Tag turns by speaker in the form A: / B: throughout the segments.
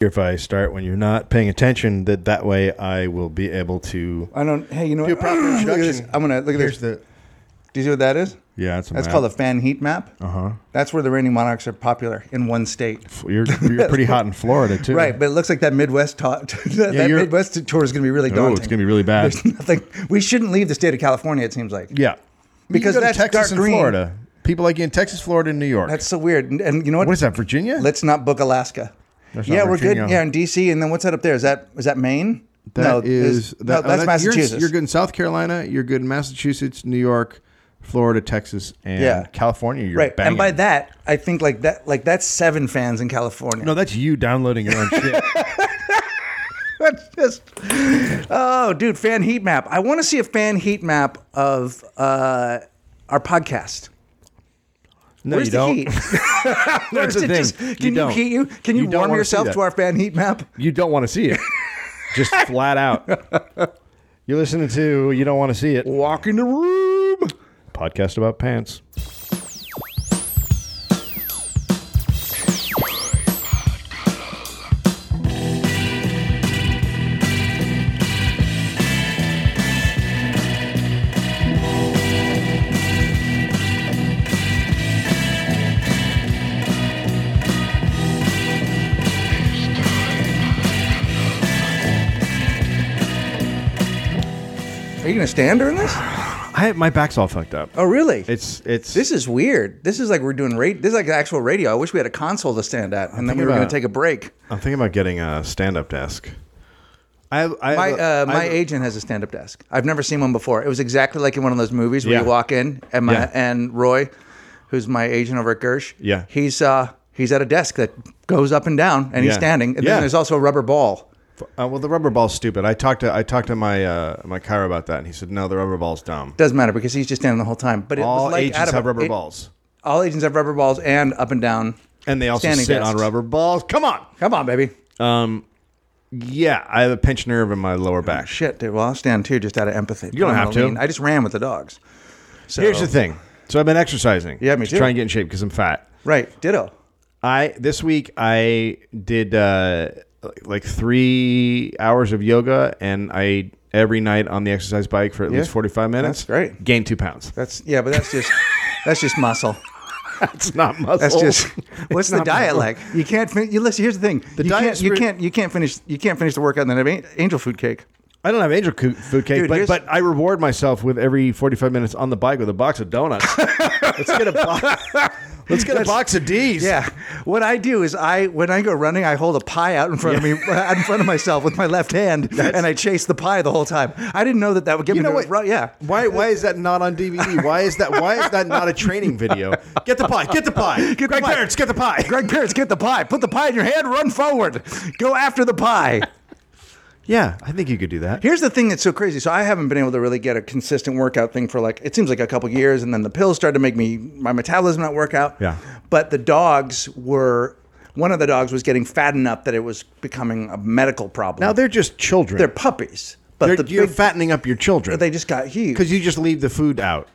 A: if I start when you're not paying attention, that that way I will be able to.
B: I don't. Hey, you know
C: Do a
B: what?
C: proper
B: Look at this.
C: introduction.
B: I'm gonna look at
C: Here's
B: this.
C: the
B: Do you see what that is?
A: Yeah, that's, a
B: That's
A: map.
B: called a fan heat map.
A: Uh huh.
B: That's where the reigning monarchs are popular in one state.
A: You're you're pretty hot in Florida too,
B: Right, but it looks like that Midwest ta- that, that
A: you're-
B: Midwest tour is going to be really
A: Oh,
B: daunting.
A: it's gonna be really bad.
B: There's nothing. We shouldn't leave the state of California. It seems like
A: Yeah,
B: Because
A: you can go to
B: that's
A: Texas
B: dark
A: and
B: green.
A: Florida. People like you in Texas, Florida, and New York.
B: that's so weird. And, and you know what?
A: what is that? Virginia?
B: Let's not book Alaska.
A: That's not
B: yeah, we're good.
A: Virginia.
B: Yeah, in DC, and then what's that up there? Is that is that Maine?
C: That is
B: it's- no,
C: that- oh,
B: that's
C: you're in-
B: Massachusetts.
C: You're, good in South Carolina. You're good in Massachusetts, New York, Florida, Texas, and
B: Yeah.
A: California. You're
B: right,
A: banging.
B: and by that, I think like that, like that's seven fans in California.
A: no, that's you downloading your own shit.
B: That's just oh, dude, fan heat map. I want to see a fan heat map of uh, our podcast.
A: No,
B: Where's
A: you
B: the
A: don't.
B: heat?
A: That's
B: Where's
A: the thing.
B: it just-
A: You
B: can you,
A: don't.
B: heat you? Can you,
A: You don't
B: warm
A: wanna see
B: yourself
A: that.
B: to our fan heat map?
A: You don't want to see it. Just flat out. You're listening to You Don't Want to See It.
B: Walk in the room.
A: Podcast about pants.
B: Are you gonna stand during this?
A: I my back's all fucked up.
B: Oh, really?
A: It's it's
B: This is weird. This is like we're doing rate. This is like actual radio. I wish we had a console to stand at, and then we
A: thinking
B: were going
A: about-
B: to take a break.
A: I'm thinking about getting a stand-up desk. I have, I have
B: My
A: a-
B: uh,
A: I have
B: my
A: a-
B: agent has a stand up desk. I've never seen one before. It was exactly like in one of those movies where
A: Yeah.
B: you walk in and my
A: Yeah.
B: and Roy, who's my agent over at Gersh.
A: Yeah.
B: he's uh he's at a desk that goes up and down, and he's
A: Yeah.
B: standing. And
A: Yeah.
B: then there's also a rubber ball.
A: Uh, well, the rubber ball's stupid. I talked to I talked to my uh, my chiropractor about that, and he said no, the rubber ball's dumb.
B: Doesn't matter because he's just standing the whole time. But it
A: All
B: was like out
A: agents
B: of-
A: have rubber
B: it-
A: balls,
B: All agents have rubber balls and up and down.
A: and they also
B: standing
A: sit on
B: desks.
A: rubber balls. Come on,
B: Come on, baby.
A: yeah, I have a pinched nerve in my lower back.
B: Oh, Shit, dude. Well, I'll stand too, just out of empathy. You
A: don't have to.
B: I just ran with the dogs. So,
A: Here's the thing. So I've been exercising.
B: Yeah, me
A: to
B: too.
A: Try and get in shape because I'm fat.
B: Right, ditto.
A: I this week I did uh, like- like three hours of yoga, and I every night on the exercise bike for at least 45 minutes.
B: That's great.
A: Gained two pounds.
B: That's yeah, but that's just that's just muscle.
A: That's not muscle.
B: That's just what's the
A: not
B: diet
A: muscle.
B: like? You can't fin- you listen. Here's the thing. The you
A: diet's
B: can't, you
A: re-
B: can't you can't finish you can't finish the workout and then have an- angel food cake.
A: I don't have angel coo- food cake,
B: Dude,
A: but,
B: here's-
A: but I reward myself with every 45 minutes on the bike with a box of donuts. let's get a box. Let's get a box of D's.
B: Yeah. What I do is I when I go running, I hold a pie out in front of me out in front of myself with my left hand, and I chase the pie the whole time. I didn't know that that would give
A: You
B: me
A: know
B: the
A: what?
B: ru- yeah.
A: Why, why is that not on DVD? Why is that why is that not a training video? Get the pie. Get the pie.
B: the
A: Get Greg
B: pie.
A: Parents, get the pie.
B: Greg Pierce, get the pie. Put the pie in your hand. Run forward. Go after the pie.
A: Yeah, I think you could do that.
B: Here's the thing that's so crazy. So I haven't been able to really get a consistent workout thing for like it seems like a couple years, and then the pills started to make me my metabolism not work out.
A: Yeah.
B: But the dogs were one of the dogs was getting fat enough that it was becoming a medical problem.
A: Now they're just children.
B: they're puppies, but
A: They're-
B: the
A: you're
B: big,
A: fattening up your children.
B: they just got huge.
A: because you just leave the food out,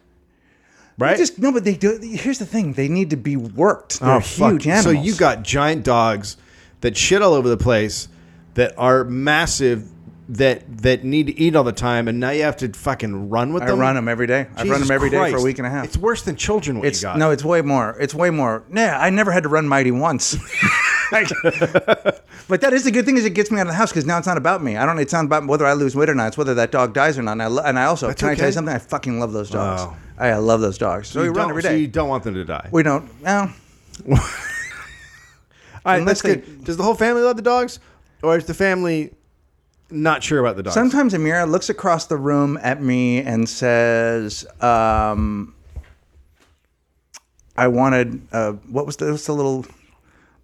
A: right?
B: They just no, but they do. Here's the thing: they need to be worked. They're
A: Oh, fuck.
B: huge animals.
A: So you got giant dogs that shit all over the place that are massive that that need to eat all the time, and now you have to fucking run with
B: I
A: them.
B: run them every day. I run
A: Jesus
B: them every day for
A: Christ.
B: a week and a half.
A: It's worse than children. What
B: It's
A: you got?
B: no, it's way more. It's way more. Nah, I never had to run mighty once. Like- but that is the good thing is it gets me out of the house because now it's not about me. I don't. It's not about whether I lose weight or not. It's whether that dog dies or not. And I, lo- and I also can I tell
A: okay.
B: you something? I fucking love those dogs.
A: Wow.
B: I, I love those dogs. So we
A: you
B: run
A: don't,
B: every
A: so
B: day.
A: you don't want them to die.
B: we don't. Well,
A: all right, that's
B: unless they-
A: good. Does the whole family love the dogs, or is the family not sure about the dogs?
B: sometimes Amira looks across the room at me and says, um, "I wanted uh, what was the, what's the little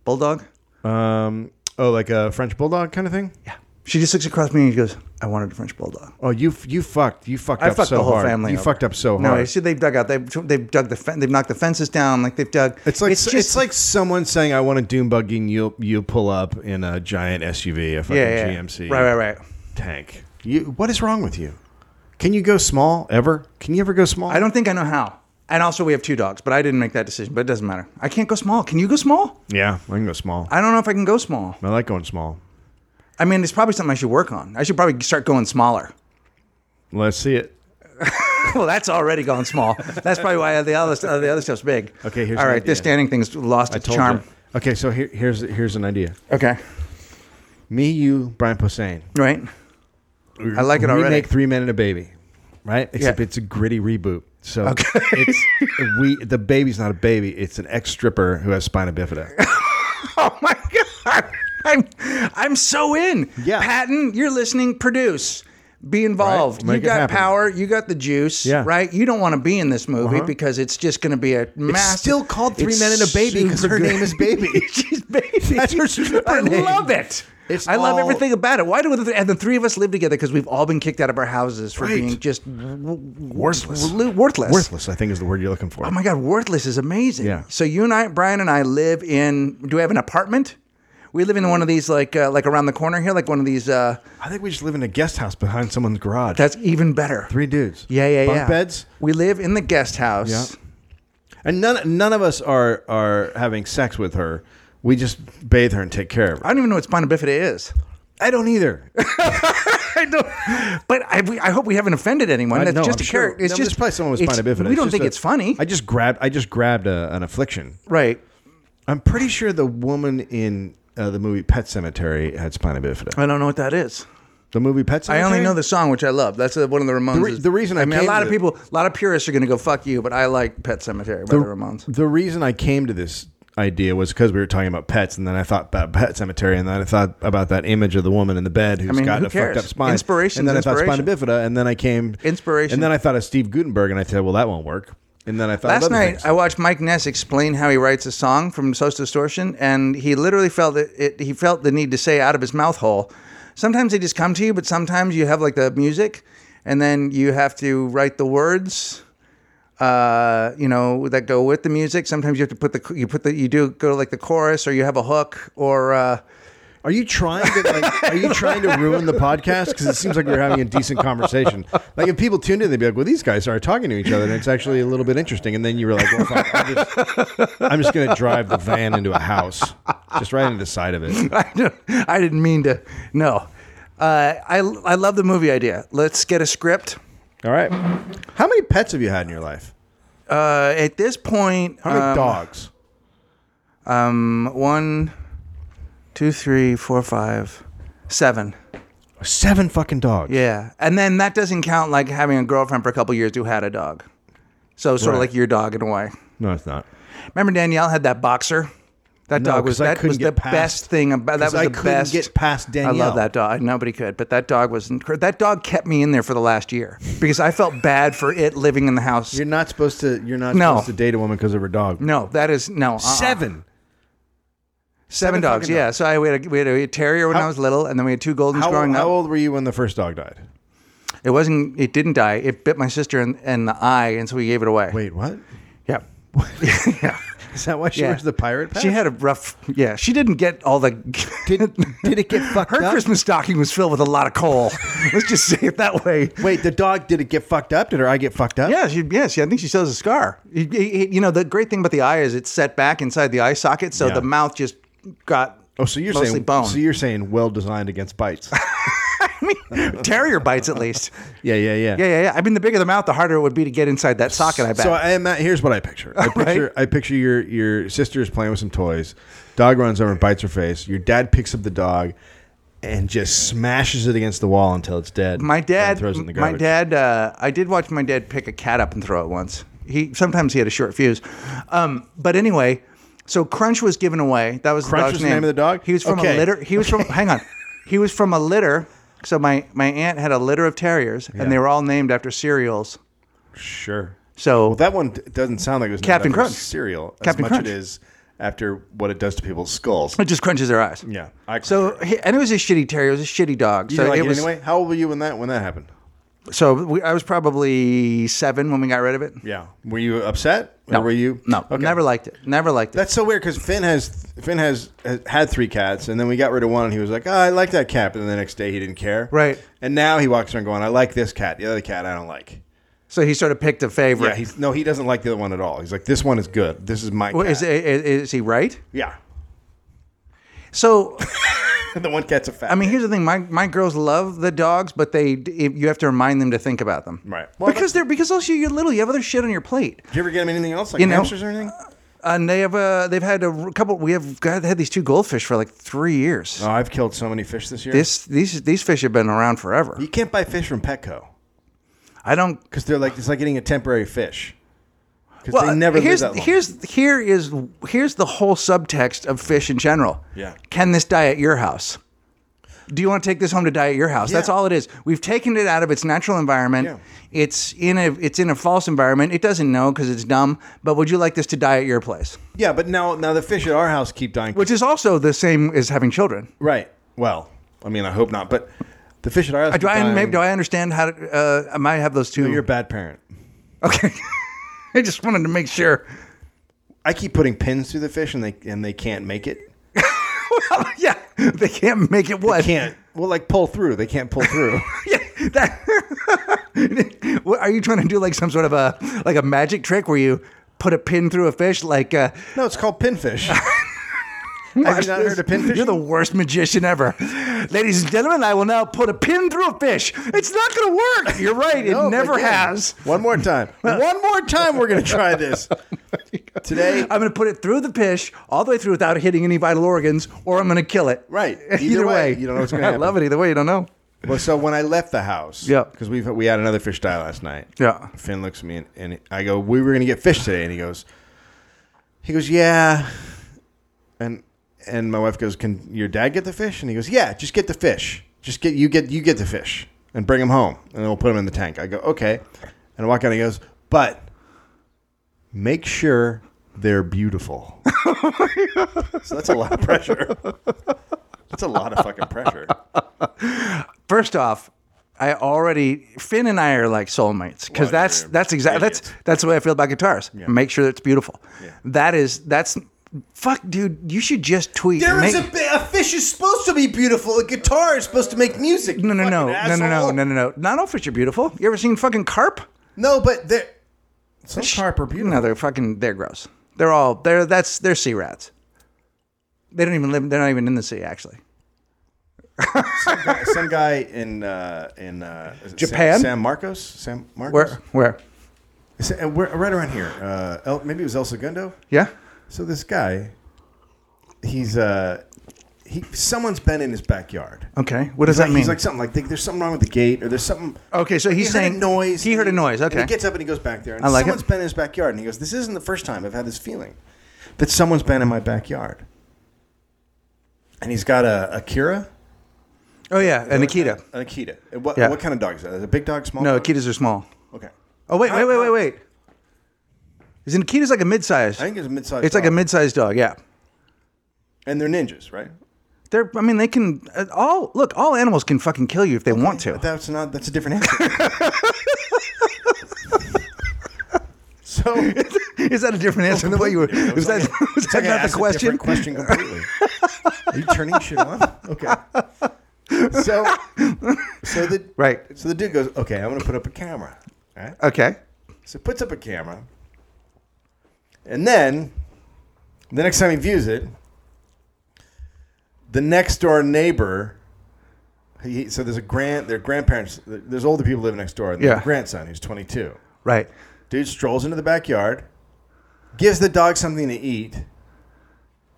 B: bulldog?"
A: Um, oh, like a French bulldog kind of thing. Yeah.
B: She just looks across at me and she goes, "I wanted a French bulldog."
A: Oh, you f- you fucked you fucked
B: I
A: up
B: fucked
A: so
B: the whole
A: hard.
B: family.
A: you
B: over.
A: fucked up so
B: no,
A: hard.
B: No, see, they've dug out. They've they've dug the fen- they've knocked the fences down. Like they've dug.
A: It's like it's,
B: just-
A: like someone saying, "I want a dune buggy." And you'll you pull up in a giant SUV, a fucking
B: yeah, yeah, yeah.
A: GMC,
B: Right, right, right.
A: tank. You, what is wrong with you? Can you go small ever? Can you ever go small?
B: I don't think I know how. And also, we have two dogs, but I didn't make that decision. But it doesn't matter. I can't go small. Can you go small?
A: Yeah, I can go small. I,
B: I don't know if I can go small.
A: like going small.
B: I mean, it's probably something I should work on. I should probably start going smaller.
A: Let's see it.
B: well, that's already gone small. That's probably why the other uh, the other stuff's big.
A: Okay, here's
B: all
A: an
B: right. This
A: idea.
B: standing thing's lost its
A: Told
B: charm.
A: ya. Okay, so here, here's here's an idea.
B: Okay,
A: Me, you, Brian Posehn.
B: right. I like it
A: remake
B: already.
A: Three Men and a Baby, right? Except
B: Yeah.
A: it's a gritty reboot. So it's we the baby's not a baby. It's an ex stripper who has spina bifida.
B: Oh my god, I'm I'm so in.
A: Yeah.
B: Patton, you're listening. Produce. Be involved.
A: Make
B: You
A: it
B: got
A: happen.
B: power. You got the juice.
A: Yeah. Uh-huh.
B: Right. You don't want to be in this movie because it's just going to be a mass.
A: still called Three Men and a Baby 'cause her name is Baby.
B: She's baby.
A: That's her stripper
B: I
A: name.
B: love it.
A: It's
B: I love
A: all-
B: everything about it. Why do the and the three of us live together because we've all been kicked out of our houses for
A: Right.
B: being just w-
A: Worthless.
B: w- worthless.
A: Worthless, I think, is the word you're looking for.
B: Oh my God, worthless is amazing.
A: Yeah.
B: So you and I, Brian and I, live in. Do we have an apartment? We live in one of these like uh, like around the corner here, like one of these. Uh,
A: I think we just live in a guest house behind someone's garage.
B: that's even better.
A: Three dudes.
B: Yeah, yeah,
A: Bunk
B: yeah.
A: beds.
B: We live in the guest house.
A: Yeah. And none none of us are are having sex with her. We just bathe her and take care of her.
B: I don't even know what spina bifida is.
A: I don't either.
B: I don't. But I, we, I hope we haven't offended anyone.
A: I
B: That's
A: know,
B: just
A: I'm
B: a
A: sure.
B: character. It's
A: No,
B: just
A: there's probably someone with
B: it's-
A: spina bifida.
B: We don't
A: just
B: think
A: a-
B: it's funny,
A: I just grabbed I just grabbed a, an affliction.
B: right?
A: I'm pretty sure the woman in uh, the movie Pet Cemetery had spina bifida.
B: I don't know what that is.
A: The movie Pet
B: I
A: Cemetery.
B: only know the song, which I love. That's uh, one of the Ramones.
A: re- the reason I
B: mean, a
A: came
B: lot
A: to
B: of
A: the-
B: people, a lot of purists are going to go fuck you, but I like Pet Cemetery by the, Ramones.
A: The reason I came to this idea was because we were talking about pets, and then I thought about Pet Cemetery, and then I thought about that image of the woman in the bed who's
B: mean,
A: got
B: who
A: a
B: cares?
A: fucked up spine.
B: Inspiration's
A: And then I thought spina
B: inspiration.
A: bifida, and then I came
B: Inspiration.
A: And then I thought of Steve Gutenberg, and I said, well, that won't work. And then I thought
B: Last
A: of other
B: night,
A: things.
B: I watched Mike Ness explain how he writes a song from Social Distortion, and he literally felt it, it. He felt the need to say out of his mouth hole. Sometimes they just come to you, but sometimes you have like the music, and then you have to write the words. Uh, you know that go with the music. Sometimes you have to put the you put the you do go to like the chorus, or you have a hook, or uh,
A: Are you trying to like? Are you trying to ruin the podcast? Because it seems like we're having a decent conversation. Like if people tuned in, they'd be like, "Well, these guys are talking to each other, and it's actually a little bit interesting." And then you were like, well, fuck, I'm, just, "I'm just going to drive the van into a house, just right into the side of it."
B: I, don't, I didn't mean to. No, uh, I I love the movie idea. Let's get a script.
A: All right. How many pets have you had in your life?
B: Uh, at this point,
A: How many
B: um,
A: dogs?
B: um, one, two, three, four, five, seven.
A: Seven fucking dogs.
B: Yeah, and then that doesn't count like having a girlfriend for a couple years who had a dog. So sort
A: Right.
B: of like your dog in a way.
A: No, it's not.
B: Remember Danielle had that boxer. That
A: No,
B: dog was
A: 'cause I
B: that
A: couldn't
B: was the
A: get past-
B: best thing about that
A: 'cause
B: was
A: I
B: the
A: couldn't
B: best.
A: get past
B: I
A: Danielle.
B: love that dog. Nobody could, but that dog was incredible. That dog kept me in there for the last year because I felt bad for it living in the house.
A: You're not supposed to. You're not
B: No.
A: supposed to date a woman because of her dog.
B: no, that is no uh-uh.
A: Seven. Seven
B: Seven dogs.
A: fucking
B: Yeah. So I we had a, we had a terrier when I was little, and then we had two goldens
A: How,
B: growing up.
A: how old were you when the first dog died?
B: It wasn't. It didn't die. It bit my sister in, in the eye, and so we gave it away.
A: Wait, what?
B: Yeah. yeah.
A: Is that why she
B: Yeah.
A: was the pirate? Patch?
B: She had a rough. Yeah. She didn't get all the.
A: Did, did it get fucked
B: her
A: up?
B: Christmas stocking was filled with a lot of coal. Let's just say it that way.
A: Wait, the dog did it get fucked up? Did her eye get fucked up?
B: Yeah, she, yeah, she, I think she still has a scar. You- You you know, the great thing about the eye is it's set back inside the eye socket, so
A: Yeah.
B: the mouth just got
A: Oh, so you're
B: mostly
A: saying
B: bone.
A: so you're saying well designed against bites?
B: Terrier bites at least.
A: yeah, yeah, yeah.
B: Yeah, yeah, yeah. I mean, the bigger the mouth, the harder it would be to get inside that socket. I bet.
A: So I am at, here's what I picture. I picture I picture your your sister's playing with some toys. Dog runs over and bites her face. Your dad picks up the dog and just smashes it against the wall until it's dead.
B: My
A: and
B: dad,
A: throws it in the
B: my
A: garbage.
B: dad, uh, I did watch my dad pick a cat up and throw it once. He sometimes he had a short fuse, um, but anyway, so Crunch was given away. That was
A: Crunch
B: the dog's
A: was the name of the dog?
B: He was from
A: Okay.
B: a litter. He was from. Hang on, he was from a litter. So my my aunt had a litter of terriers, and they were all named after cereals.
A: Sure.
B: So
A: Well, that one d- doesn't sound like it was named
B: Captain
A: after a
B: Crunch.
A: cereal
B: Captain
A: as much
B: Crunch.
A: it is after what it does to people's skulls.
B: it just crunches their eyes.
A: Yeah. I
B: So he, and it was a shitty terrier. It was a shitty dog.
A: you
B: so
A: didn't like
B: it
A: it
B: was.
A: anyway. How old were you when that when that happened?
B: So we, I was probably seven when we got rid of it.
A: Yeah. Were you upset? Or
B: No.
A: were you?
B: No, never liked it. Never liked it.
A: That's so weird because Finn has Finn has, has had three cats, and then we got rid of one, and he was like, "Oh, I like that cat," but then the next day he didn't care.
B: Right.
A: And now he walks around going, "I like this cat. The other cat I don't like."
B: So he sort of picked a favorite.
A: Yeah, he's no, he doesn't like the other one at all. He's like, this one is good. This is my
B: Well,
A: cat.
B: is, is, is he right?
A: Yeah,
B: So
A: the one cat's a fat.
B: I mean, here's the thing: my my girls love the dogs, but they if- you have to remind them to think about them,
A: Right. Well,
B: because they're because also you're little, you have other shit on your plate.
A: did you ever get him anything else, like
B: You know-
A: hamsters or anything?
B: And they have uh they've had a r- couple. We have got, had these two goldfish for like three years.
A: Oh, I've killed so many fish this year.
B: This these these fish have been around forever.
A: you can't buy fish from Petco
B: I don't.
A: because they're like it's like getting a temporary fish. Because
B: Well,
A: they never live
B: here's
A: that long.
B: here's here is here's the whole subtext of fish in general.
A: Yeah.
B: Can this die at your house? Do you want to take this home to die at your house? That's
A: Yeah.
B: all it is. We've taken it out of its natural environment.
A: Yeah.
B: It's in a it's in a false environment. It doesn't know because it's dumb. But would you like this to die at your place?
A: yeah, but now now the fish at our house keep dying.
B: Which is also the same as having children.
A: right. Well, I mean, I hope not, but the fish at our house.
B: Do
A: keep
B: I
A: dying.
B: maybe, do I understand how to, uh, I might have those two?
A: You're a bad parent.
B: okay. I just wanted to make sure.
A: I keep putting pins through the fish and they and they can't make it.
B: yeah, they can't make it what
A: Can't. Well, like pull through. They can't pull through.
B: Yeah, that. what, are you trying to do like some sort of a like a magic trick where you put a pin through a fish? Like, uh,
A: no, it's called pinfish. Have you not heard of pinfish?
B: You're the worst magician ever, ladies and gentlemen. I will now put a pin through a fish. It's not going to work. You're right. It
A: No,
B: never
A: again.
B: has.
A: One more time. One more time. We're gonna try this today.
B: I'm going to put it through the fish all the way through without hitting any vital organs, or I'm going to kill it.
A: Right.
B: Either,
A: Either
B: way.
A: way, you don't know what's gonna
B: I love it. Either way, you don't know.
A: Well, so when I left the house,
B: Yeah.
A: because we we had another fish die last night.
B: Yeah.
A: Finn looks at me and, and I go, "We were gonna get fish today," and he goes, "He goes, yeah," and and my wife goes, "Can your dad get the fish?" And he goes, "Yeah, just get the fish. Just get you get you get the fish and bring him home, and then we'll put him in the tank." I go, "Okay," and I walk out. And he goes, "But make sure they're beautiful." so that's a lot of pressure. That's a lot of fucking pressure.
B: First off, I already Finn and I are like soulmates because
A: Well,
B: that's
A: you're
B: that's exactly that's
A: idiots.
B: that's the way I feel about guitars. Make sure that it's beautiful. That is that's fuck, dude. You should just tweet.
A: There is
B: make-
A: a, bi- a fish is supposed to be beautiful. A guitar is supposed to make music.
B: no, no,
A: you
B: no, no,
A: fucking
B: no, no,
A: asshole.
B: no, no, no. Not all fish are beautiful. You ever seen fucking carp?
A: No, but there. Some carp are beautiful.
B: No, they're fucking they're gross. They're all they're that's they're sea rats. They don't even live. They're not even in the sea actually.
A: Some guy in uh, in uh, is it
B: Japan?
A: San, San Marcos, San Marcos,
B: Where where?
A: Is it- uh, where- right around here. Uh, El, maybe it was El Segundo.
B: Yeah.
A: So this guy, he's uh, he someone's been in his backyard.
B: Okay. What does
A: He's like,
B: that mean?
A: He's like something like there's something wrong with the gate or there's something.
B: okay, so he's
A: he
B: saying
A: heard a noise.
B: He heard a noise.
A: And
B: Okay.
A: he gets up and he goes back there. And
B: I like it.
A: someone's been in his backyard, and he goes, "This isn't the first time I've had this feeling that someone's been in my backyard." And he's got a Akira,
B: oh yeah, and Nikita.
A: an Akita. And What,
B: Yeah.
A: what kind of dog is that? Is it a big dog, small?
B: No,
A: dog?
B: Akitas are small.
A: Okay.
B: Oh wait, wait, wait, wait, wait. Is an Akita's like a mid-size?
A: I think it's a mid-sized.
B: It's like a
A: dog.
B: mid-sized dog. Yeah,
A: and they're ninjas, right?
B: they're. I mean, they can uh, all look. All animals can fucking kill you if they want to.
A: But that's not. That's a different answer. so
B: Is that a different answer than what you were?
A: It
B: Was that
A: like I-
B: was
A: it's
B: that
A: like I
B: not
A: asked
B: the
A: a
B: question?
A: different question completely. Are you turning shit on? Okay. So, so the
B: Right.
A: So the dude goes, okay, I'm gonna put up a camera. All right.
B: Okay.
A: So he puts up a camera, and then the next time he views it, the next door neighbor. He, so there's a grand, their grandparents, there's older people living next door, and their
B: Yeah.
A: grandson who's 22.
B: Right.
A: Dude strolls into the backyard, gives the dog something to eat,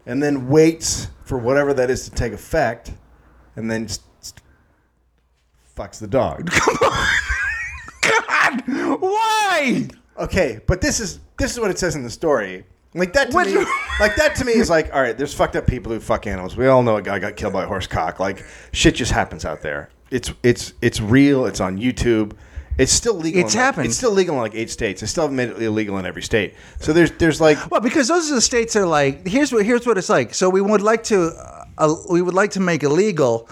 A: and then waits for whatever that is to take effect, and then s- s- fucks the dog.
B: God, why?
A: Okay, but this is this is what it says in the story. Like that to
B: What-
A: me, like that to me is like, all right, there's fucked up people who fuck animals. We all know a guy got killed by a horse cock. Like shit just happens out there. It's it's it's real. It's on YouTube. It's still legal.
B: It's
A: in like-
B: happened.
A: It's still legal in like eight states. It's still made illegal in every state. So there's there's like
B: Well, because those are the states that are like here's what here's what it's like. So we would like to uh, uh, we would like to make illegal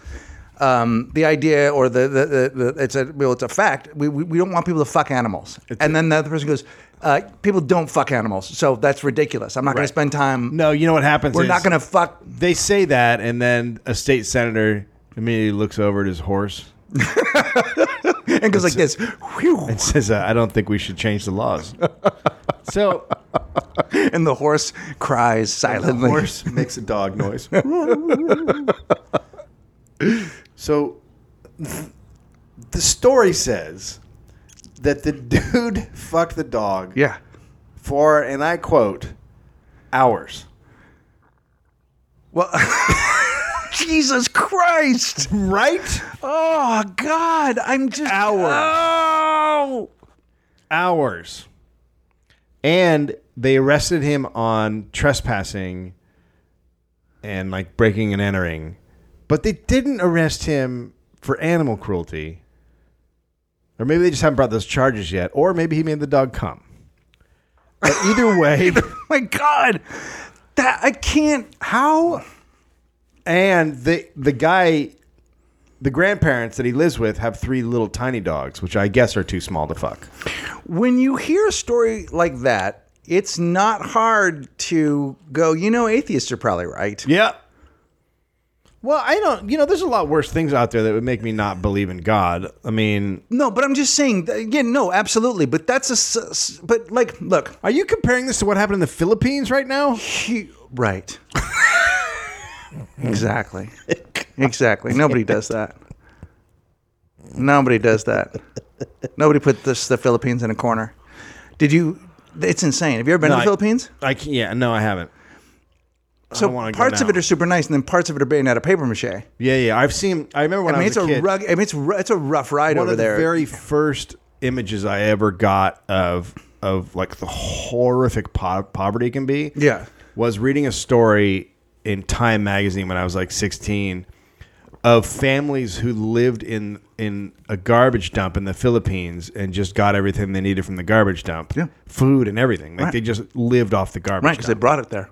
B: um, the idea or the the, the, the it's a well it's a fact. We, we, we don't want people to fuck animals. and then the other person goes, uh, people don't fuck animals, so that's ridiculous. I'm not going to spend time.
A: No, you know what happens?
B: we're
A: is
B: not going to fuck.
A: They say that, and then a state senator immediately looks over at his horse
B: and goes like this. Whew.
A: It says, uh, I don't think we should change the laws. so,
B: And the horse cries silently.
A: horse makes a dog noise. so, the story says that the dude fucked the dog
B: Yeah.
A: for, and I quote, hours.
B: Well, Jesus Christ.
A: Right?
B: Oh, God. I'm just.
A: Hours.
B: Oh.
A: hours. And they arrested him on trespassing and like breaking and entering. But they didn't arrest him for animal cruelty. Or maybe they just haven't brought those charges yet. Or maybe he made the dog come. But either way,
B: My God. That I can't. How?
A: and the the guy the grandparents that he lives with have three little tiny dogs, which I guess are too small to fuck.
B: When you hear a story like that, it's not hard to go, you know, atheists are probably right.
A: Yeah. Well, I don't. You know, there's a lot worse things out there that would make me not believe in God. I mean,
B: No, but I'm just saying, again, no, absolutely. But that's a. s- s- But, like, look.
A: are you comparing this to what happened in the Philippines right now?
B: He, right. exactly. Exactly. Nobody does that. Nobody does that. Nobody put this the Philippines in a corner. Did you? It's insane. Have you ever been
A: No,
B: to the
A: I-
B: Philippines?
A: I can, yeah, no, I haven't.
B: So
A: wanna go
B: parts of
A: now.
B: it are super nice, and then parts of it are made out of paper mache. I
A: Yeah, yeah, I've seen. I remember when I,
B: mean,
A: was
B: it's
A: a,
B: a,
A: kid.
B: rug. I mean, it's ru- it's a rough ride
A: one
B: over
A: of the
B: there.
A: very first images I ever got of of like the horrific po- poverty can be.
B: Yeah.
A: was reading a story in Time magazine when I was like 16 of families who lived in in a garbage dump in the Philippines and just got everything they needed from the garbage dump,
B: Yeah.
A: food and everything. Like
B: Right.
A: they just lived off the garbage
B: right, because they
A: dump.
B: brought it there.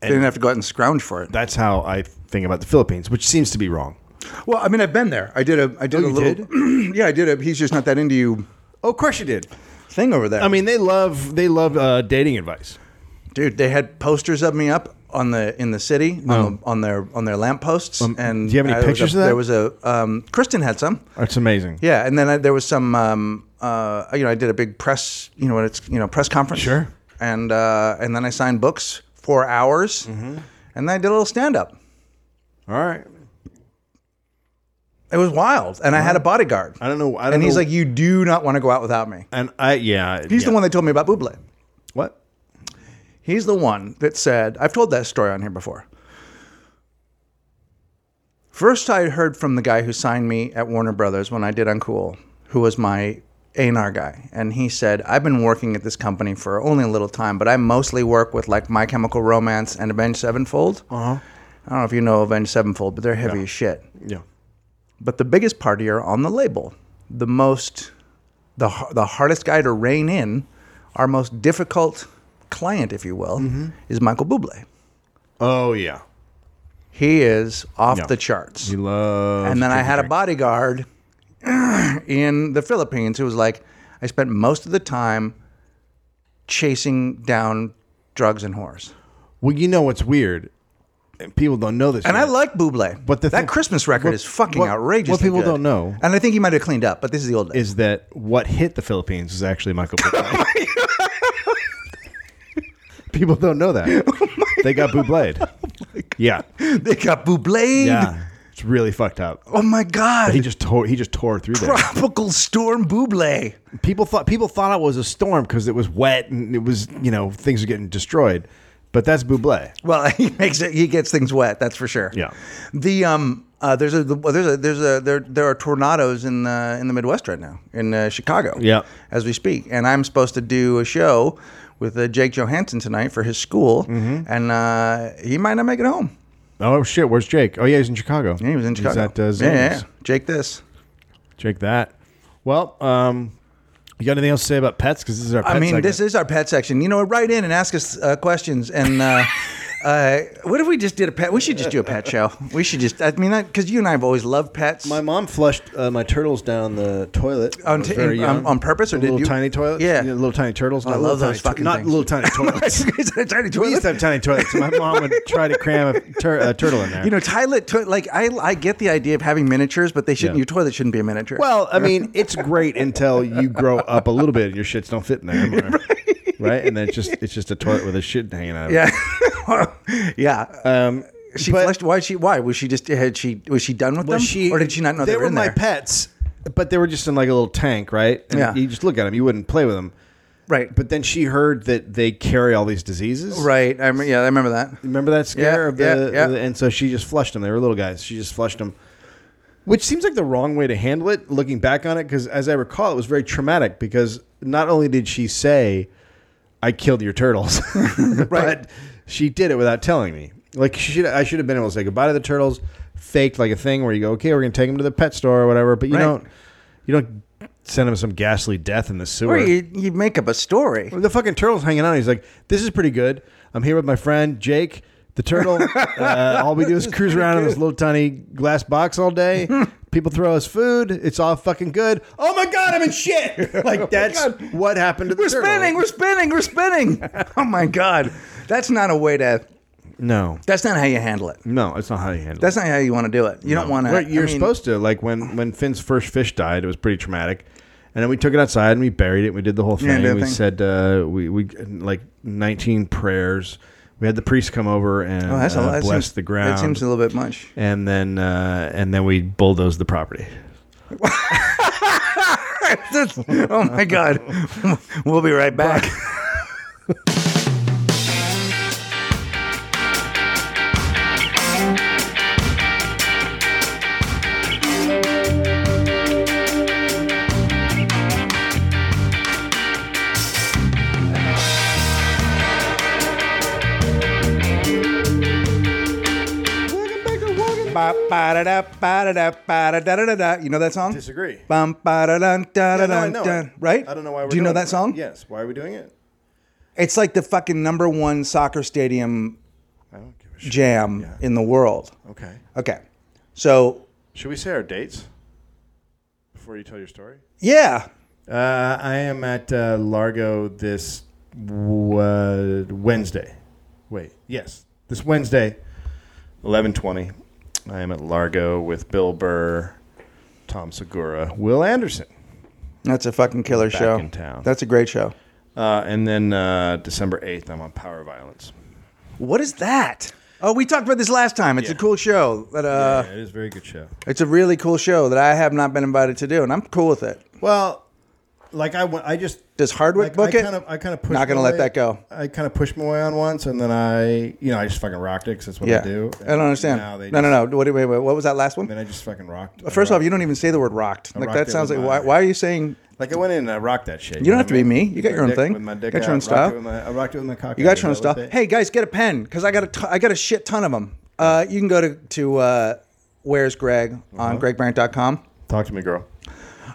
B: They didn't have to go out and scrounge for it.
A: That's how I think about the Philippines, which seems to be wrong.
B: Well, I mean, I've been there. I did a. I did
A: Oh,
B: a
A: you
B: little. yeah, I did a. He's just not that into you.
A: Oh, of course you did.
B: Thing over there.
A: I mean, they love they love uh, dating advice.
B: dude they had posters of me up on the in the city on, the, on their on their lampposts and
A: Oh. Um, do you have any
B: I was
A: pictures
B: up-
A: of that?
B: there was a um, kristen had some
A: That's amazing.
B: yeah and then I, there was some um, uh, you know i did a big press you know when it's you know press conference
A: Sure.
B: and uh, and then i signed books for hours
A: Mm-hmm.
B: and then i did a little stand-up
A: All right.
B: it was wild and i had a bodyguard
A: I don't know. I don't
B: and he's
A: know-
B: like you do not want to go out without me
A: and I yeah.
B: he's the one that told me about buble
A: What?
B: He's the one that said, I've told that story on here before. First, I heard from the guy who signed me at Warner Brothers when I did Uncool, who was my A&R guy. And he said, I've been working at this company for only a little time, but I mostly work with like My Chemical Romance and Avenged Sevenfold. Uh-huh. I don't know if you know Avenged Sevenfold, but they're heavy as shit.
A: Yeah.
B: But the biggest party are on the label. The most, the har- the hardest guy to rein in, our most difficult client, if you will,
A: Mm-hmm.
B: is Michael Bublé.
A: Oh yeah.
B: He is off
A: Yeah.
B: the charts.
A: He loves.
B: and then I
A: drinking
B: had
A: drink.
B: a bodyguard in the Philippines who was like, I spent most of the time chasing down drugs and whores.
A: Well, you know what's weird? And people don't know this.
B: And I
A: yet.
B: like Bublé.
A: But the
B: that
A: thing-
B: Christmas record
A: what-
B: is fucking
A: what-
B: outrageous.
A: what people don't know-
B: and I think he might have cleaned up, but this is the old days.
A: is that what hit the Philippines was actually Michael Bublé. people don't know that. they got Bublé. yeah,
B: they got Bublé.
A: yeah, it's really fucked up.
B: Oh my god!
A: He just tore. He just tore through there.
B: Tropical storm Buble.
A: People thought people thought it was a storm because it was wet and it was you know things were getting destroyed. But that's Bublé.
B: Well, he makes it. He gets things wet. That's for sure.
A: Yeah.
B: The um. Uh, there's a the- well, there's a there's a there there are tornadoes in the in the Midwest right now in uh, Chicago.
A: Yeah.
B: As we speak, and I'm supposed to do a show with uh, Jake Johansson tonight for his school,
A: Mm-hmm.
B: and uh, he might not make it home.
A: Oh shit! Where's Jake? Oh yeah, he's in Chicago.
B: Yeah, he was in Chicago.
A: He's at uh, Zany's.
B: yeah, yeah, yeah. Jake. This.
A: Jake that. Well, um, you got anything else to say about pets? Because this is our. Pet
B: I mean,
A: segment.
B: this is our pet section. You know, write in and ask us uh, questions, and uh, Uh, what if we just did a pet? We should just do a pet show. We should just. I mean, because you and I have always loved pets.
A: My mom flushed uh, my turtles down the toilet when I
B: On
A: was
B: t-
A: very
B: in- um,
A: young.
B: on purpose, or
A: The
B: did
A: little
B: you-
A: tiny toilets?
B: Yeah.
A: little tiny turtles.
B: I
A: not
B: love
A: little
B: those
A: tiny
B: fucking
A: Not
B: things.
A: little tiny toilets.
B: It's a tiny
A: we used
B: toilet.
A: to have tiny toilets. My mom would try to cram a, tur- a turtle in there.
B: You know, toilet, to- like I, I get the idea of having miniatures, but they shouldn't.
A: Yeah.
B: Your toilet shouldn't be a miniature.
A: Well, I mean, it's great until you grow up a little bit and your shits don't fit in there anymore. right. And then it's just it's just a toilet with a shit hanging out of
B: yeah, yeah.
A: it. Um
B: she
A: but-
B: flushed. Why? She? Why was she just? Had she? Was she done with
A: Well,
B: them?
A: she
B: or did she not know they, were in
A: my
B: there?
A: pets, but they were just in like a little tank, right? And
B: Yeah.
A: You just look at them; you wouldn't play with them.
B: Right.
A: But then she heard that they carry all these diseases.
B: right. I rem- yeah, I remember that.
A: Remember that scare
B: Yeah,
A: of the,
B: yeah, yeah.
A: of the- and so she just flushed them. They were little guys. She just flushed them, which seems like the wrong way to handle it. Looking back on it, because as I recall, it was very traumatic. Because not only did she say, "I killed your turtles,"
B: Right.
A: but she did it without telling me. Like she should, I should have been able to say goodbye to the turtles, faked like a thing where you go, "Okay, we're gonna take them to the pet store or whatever," but you
B: Right.
A: don't, you don't send them some ghastly death in the sewer.
B: Or you, you make up a story.
A: The fucking turtle's hanging out. He's like, "This is pretty good. I'm here with my friend Jake, the turtle. Uh, all we do is cruise around in this little tiny glass box all day. People throw us food. It's all fucking good. Oh my god, I'm in shit. Like that's what happened to the
B: Oh We're
A: turtle.
B: spinning. We're spinning. We're spinning. oh my god, that's not a way to.
A: No,
B: That's not how you handle it.
A: no, it's not how you handle.
B: That's not how you want to do it. You don't want to.
A: Right, you're supposed to like when when Finn's first fish died, it was pretty traumatic. And then we took it outside and we buried it. and We did the whole thing.
B: Yeah, did the
A: we
B: thing.
A: said uh, we we like 19 prayers. We had the priest come over and
B: Oh, that's a
A: uh,
B: lot. That
A: bless
B: seems-
A: the ground.
B: That seems a little bit much.
A: and then uh, and then we bulldozed the property.
B: That's- oh my god, we'll be right back. Ba- ba-da-da, ba-da-da, ba-da-da-da-da-da. You know that song?
A: Disagree.
B: Bum, ba-da-dun, da-da-dun, dun. Right?
A: I don't know why. We're
B: Do you know
A: doing
B: that
A: it.
B: song?
A: Yes. Why are we doing it?
B: It's like the fucking number one soccer stadium
A: I don't give a shit.
B: jam in the world.
A: Okay.
B: Okay. So,
A: Should we say our dates before you tell your story?
B: yeah.
A: Uh, I am at uh, Largo this w- uh, Wednesday. Wait, yes, this Wednesday, eleven twenty. I am at Largo with Bill Burr, Tom Segura, Will Anderson.
B: That's a fucking killer show.
A: in town.
B: That's a great show.
A: Uh, and then uh, December 8th, I'm on Power Violence.
B: What is that? Oh, we talked about this last time. It's a
A: Yeah.
B: cool show. That uh,
A: it is a very good show.
B: it's a really cool show that I have not been invited to do, and I'm cool with it.
A: Well, like I, went- I just
B: Does
A: like,
B: Hardwick book
A: I
B: it?
A: Kind of, I kind of pushed
B: Not gonna
A: my
B: let
A: way-
B: that go.
A: I kind of pushed my way on once, and then I, you know, I just fucking rocked it because that's what
B: yeah,
A: I do.
B: I don't understand.
A: Now they
B: No,
A: just-
B: no, no. What, wait, wait, what was that last
A: Then
B: one?
A: I just fucking rocked. I
B: First
A: rocked-
B: off, you don't even say the word rocked. Like
A: rocked
B: that
A: it
B: sounds
A: with
B: like
A: my-
B: why, why are you saying
A: like I went in and I rocked that shit. You,
B: don't
A: know
B: have to
A: what I
B: be
A: mean?
B: me. You got
A: My
B: your own
A: dick-
B: thing.
A: With my dick
B: Got your
A: out,
B: own
A: rocked
B: style.
A: it with my- I rocked it with my cock.
B: You got your own stuff. Hey guys, get a pen because I got a t- I got a shit ton of them. Uh, you can go to to uh, where's Greg
A: Uh-huh.
B: on gregbrant.com.
A: talk to me, girl.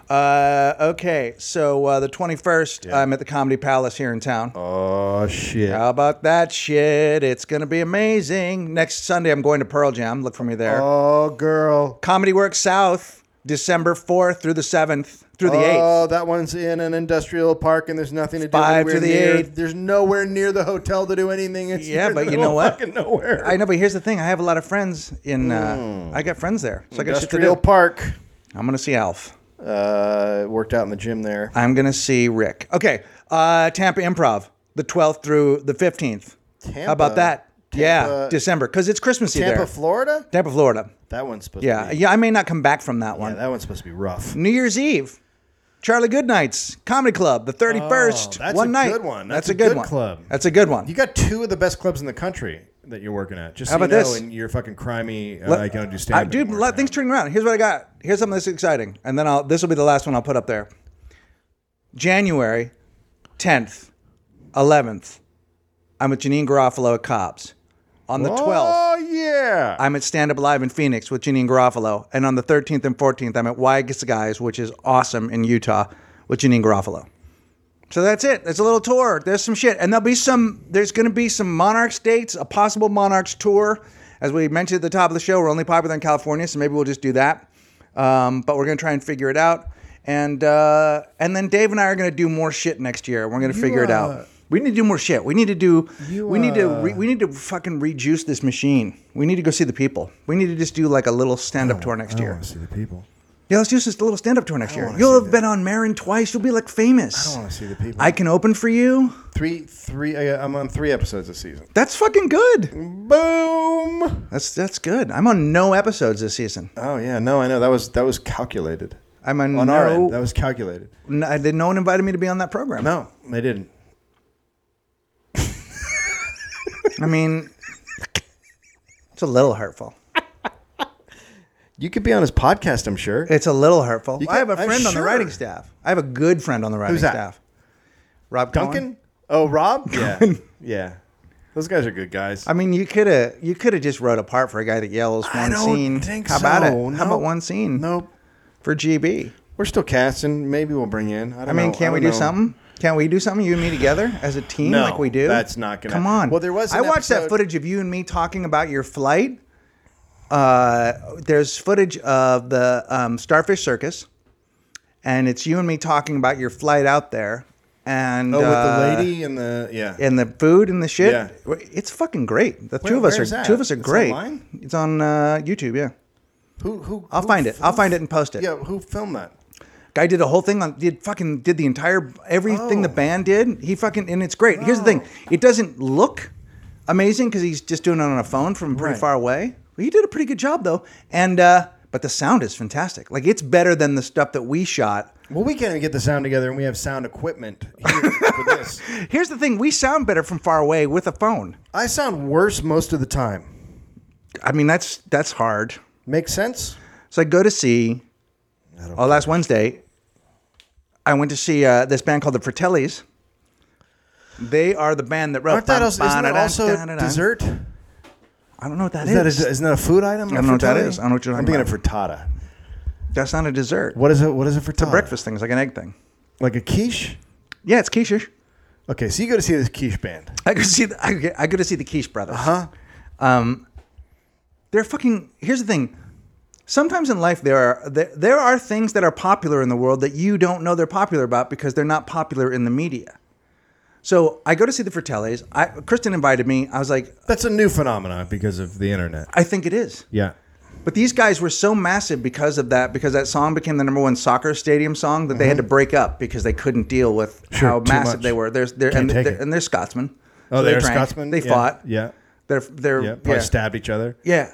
B: Uh, okay, so uh, the twenty first, I'm at the Comedy Palace here in town.
A: Oh shit.
B: How about that shit? It's gonna be amazing. Next Sunday, I'm going to Pearl Jam. Look for me there.
A: Oh girl.
B: Comedy Works South, December fourth through the seventh through the eighth.
A: Oh, that one's in an industrial park, and there's nothing to do.
B: Five to
A: anywhere
B: the
A: near-
B: eight.
A: There's nowhere near the hotel to do anything. It's
B: Yeah,
A: near
B: but
A: the
B: you know
A: middle
B: what?
A: Fucking nowhere.
B: I know, but here's the thing. I have a lot of friends in. Uh, I got friends there, so I got shit to
A: Hmm. industrial
B: do.
A: park.
B: I'm gonna see Alf.
A: Uh, worked out in the gym there.
B: I'm gonna see Rick. Okay, uh, Tampa Improv, the 12th through the 15th. How
A: Tampa-
B: about that? yeah,
A: Tampa-
B: December, because it's Christmassy
A: Tampa,
B: there.
A: Florida.
B: Tampa, Florida.
A: That one's supposed
B: Yeah,
A: to be.
B: yeah. I may not come back from that one.
A: Yeah, that one's supposed to be rough.
B: New Year's Eve, Charlie Goodnight's Comedy Club, the 31st.
A: Oh, that's
B: one
A: a
B: night.
A: good one.
B: That's,
A: That's
B: a
A: a
B: good,
A: good
B: one.
A: club.
B: That's a good one.
A: You got two of the best clubs in the country that you're working at. Just
B: How
A: so you
B: about
A: know,
B: this?
A: and you're fucking crimey. Uh,
B: Let-
A: I can do
B: I,
A: stand.
B: dude, let things turn around. Here's what I got. Here's something that's exciting, and then I'll. This will be the last one I'll put up there. January 10th, 11th. I'm with Janine Garofalo at Cobb's. On the 12th,
A: Oh yeah.
B: I'm at Stand Up Live in Phoenix with Janine Garofalo. And on the 13th and 14th, I'm at Why Gets Guys, which is awesome in Utah with Janine Garofalo. So that's it. It's a little tour. There's some shit, and there'll be some. There's going to be some Monarchs dates, a possible Monarchs tour. As we mentioned at the top of the show, we're only popular in California, so maybe we'll just do that. Um, but we're going to try and figure it out, and uh, and then Dave and I are going to do more shit next year. We're going to figure it
A: uh,
B: out. We need to do more shit. We need to do.
A: You,
B: we need to.
A: uh,
B: Re, we need to fucking rejuice this machine. We need to go see the people. We need to just do like a little
A: Oh,
B: stand-up tour next year.
A: see the people.
B: Yeah, let's do just a little stand-up tour next year.
A: wanna
B: You'll
A: see
B: have
A: that.
B: been on Marin twice. You'll be like famous.
A: I don't wanna see the people.
B: I can open for you.
A: Three, three. I, I'm on three episodes this season.
B: That's fucking good.
A: Boom.
B: That's that's good. I'm on no episodes this season.
A: Oh yeah, no, I know that was that was calculated
B: I'm on,
A: on
B: no.
A: our end. That was calculated.
B: n- I didn't. No one invited me to be on that program.
A: No, they didn't.
B: I mean, it's a little hurtful.
A: You could be on his podcast, I'm sure.
B: It's a little hurtful.
A: You
B: I have a
A: can't- I'm
B: friend on the
A: sure.
B: writing staff. I have a good friend on the writing
A: Who's that?
B: staff. Rob Cohen.
A: Duncan? Oh, Rob? Yeah. yeah. Those guys are good guys.
B: I mean, you could have you could have just wrote a part for a guy that yells one scene. How about it?
A: so.
B: How
A: Nope.
B: about one scene
A: Nope.
B: for GB?
A: We're still casting. Maybe we'll bring you in. I, don't
B: I mean,
A: know.
B: can't we
A: don't
B: do
A: know.
B: something? Can't we do something, you and me together as a team,
A: No,
B: like we do?
A: that's not gonna-
B: Come on.
A: Well, there was
B: I
A: an
B: watched that
A: episode-
B: footage of you and me talking about your flight. Uh, there's footage of the um, Starfish Circus, and it's you and me talking about your flight out there, and
A: Oh, with
B: uh,
A: the lady and the yeah.
B: and the food and the shit.
A: Yeah.
B: It's fucking great. The two
A: Where-
B: of us
A: where's
B: are
A: that?
B: two of us are
A: It's
B: great.
A: online?
B: It's on uh, YouTube. Yeah,
A: who who?
B: I'll
A: who
B: find it.
A: f-
B: I'll find it and post it.
A: Yeah. Who filmed that?
B: Guy did a whole thing on did fucking did the entire everything the
A: Oh.
B: band did. He fucking and it's great. Here's the thing: it doesn't look amazing because he's just doing it on a phone from pretty
A: Right.
B: far away. But he did a pretty good job though, and uh, but the sound is fantastic. Like it's better than the stuff that we shot.
A: Well, we can't even get the sound together, and we have sound equipment here for this.
B: Here's the thing: we sound better from far away with a phone.
A: I sound worse most of the time.
B: I mean, that's that's hard.
A: Make sense?
B: So I go to see. Oh, last Wednesday, I went to see uh, this band called the Fratellis. They are the band that wrote.
A: Aren't that also, isn't that also
B: Ba-da-da-da-da-da.
A: dessert?
B: I don't know what that
A: Is that, a, isn't that a food item? I
B: don't know what that is. I don't know what you're
A: I'm
B: talking
A: thinking of frittata.
B: That's not a dessert.
A: What is it? What is a frittata?
B: Breakfast thing. It's like an egg thing.
A: Like a quiche?
B: Yeah, it's quiche.
A: Okay, so you go to see this quiche band.
B: I go to see the, I, go- I go to see the quiche brothers.
A: Uh-huh.
B: huh. Um, they're fucking. Here's the thing. Sometimes in life there are there, there are things that are popular in the world that you don't know they're popular about because they're not popular in the media. So I go to see the Fratellis. I, Kristen invited me. I was like,
A: That's a new phenomenon because of the internet.
B: I think it is.
A: Yeah.
B: But these guys were so massive because of that, because that song became the number one soccer stadium song that they had to break up because they couldn't deal with
A: Mm-hmm. Sure,
B: how
A: too
B: massive
A: much.
B: they were. They're, they're,
A: Can't
B: and,
A: take
B: they're,
A: it.
B: and they're Scotsmen.
A: Oh,
B: So
A: they're
B: drank.
A: Scotsmen.
B: They
A: Yeah.
B: fought.
A: Yeah.
B: They're they're
A: Yeah.
B: yeah
A: Probably stabbed each other.
B: yeah.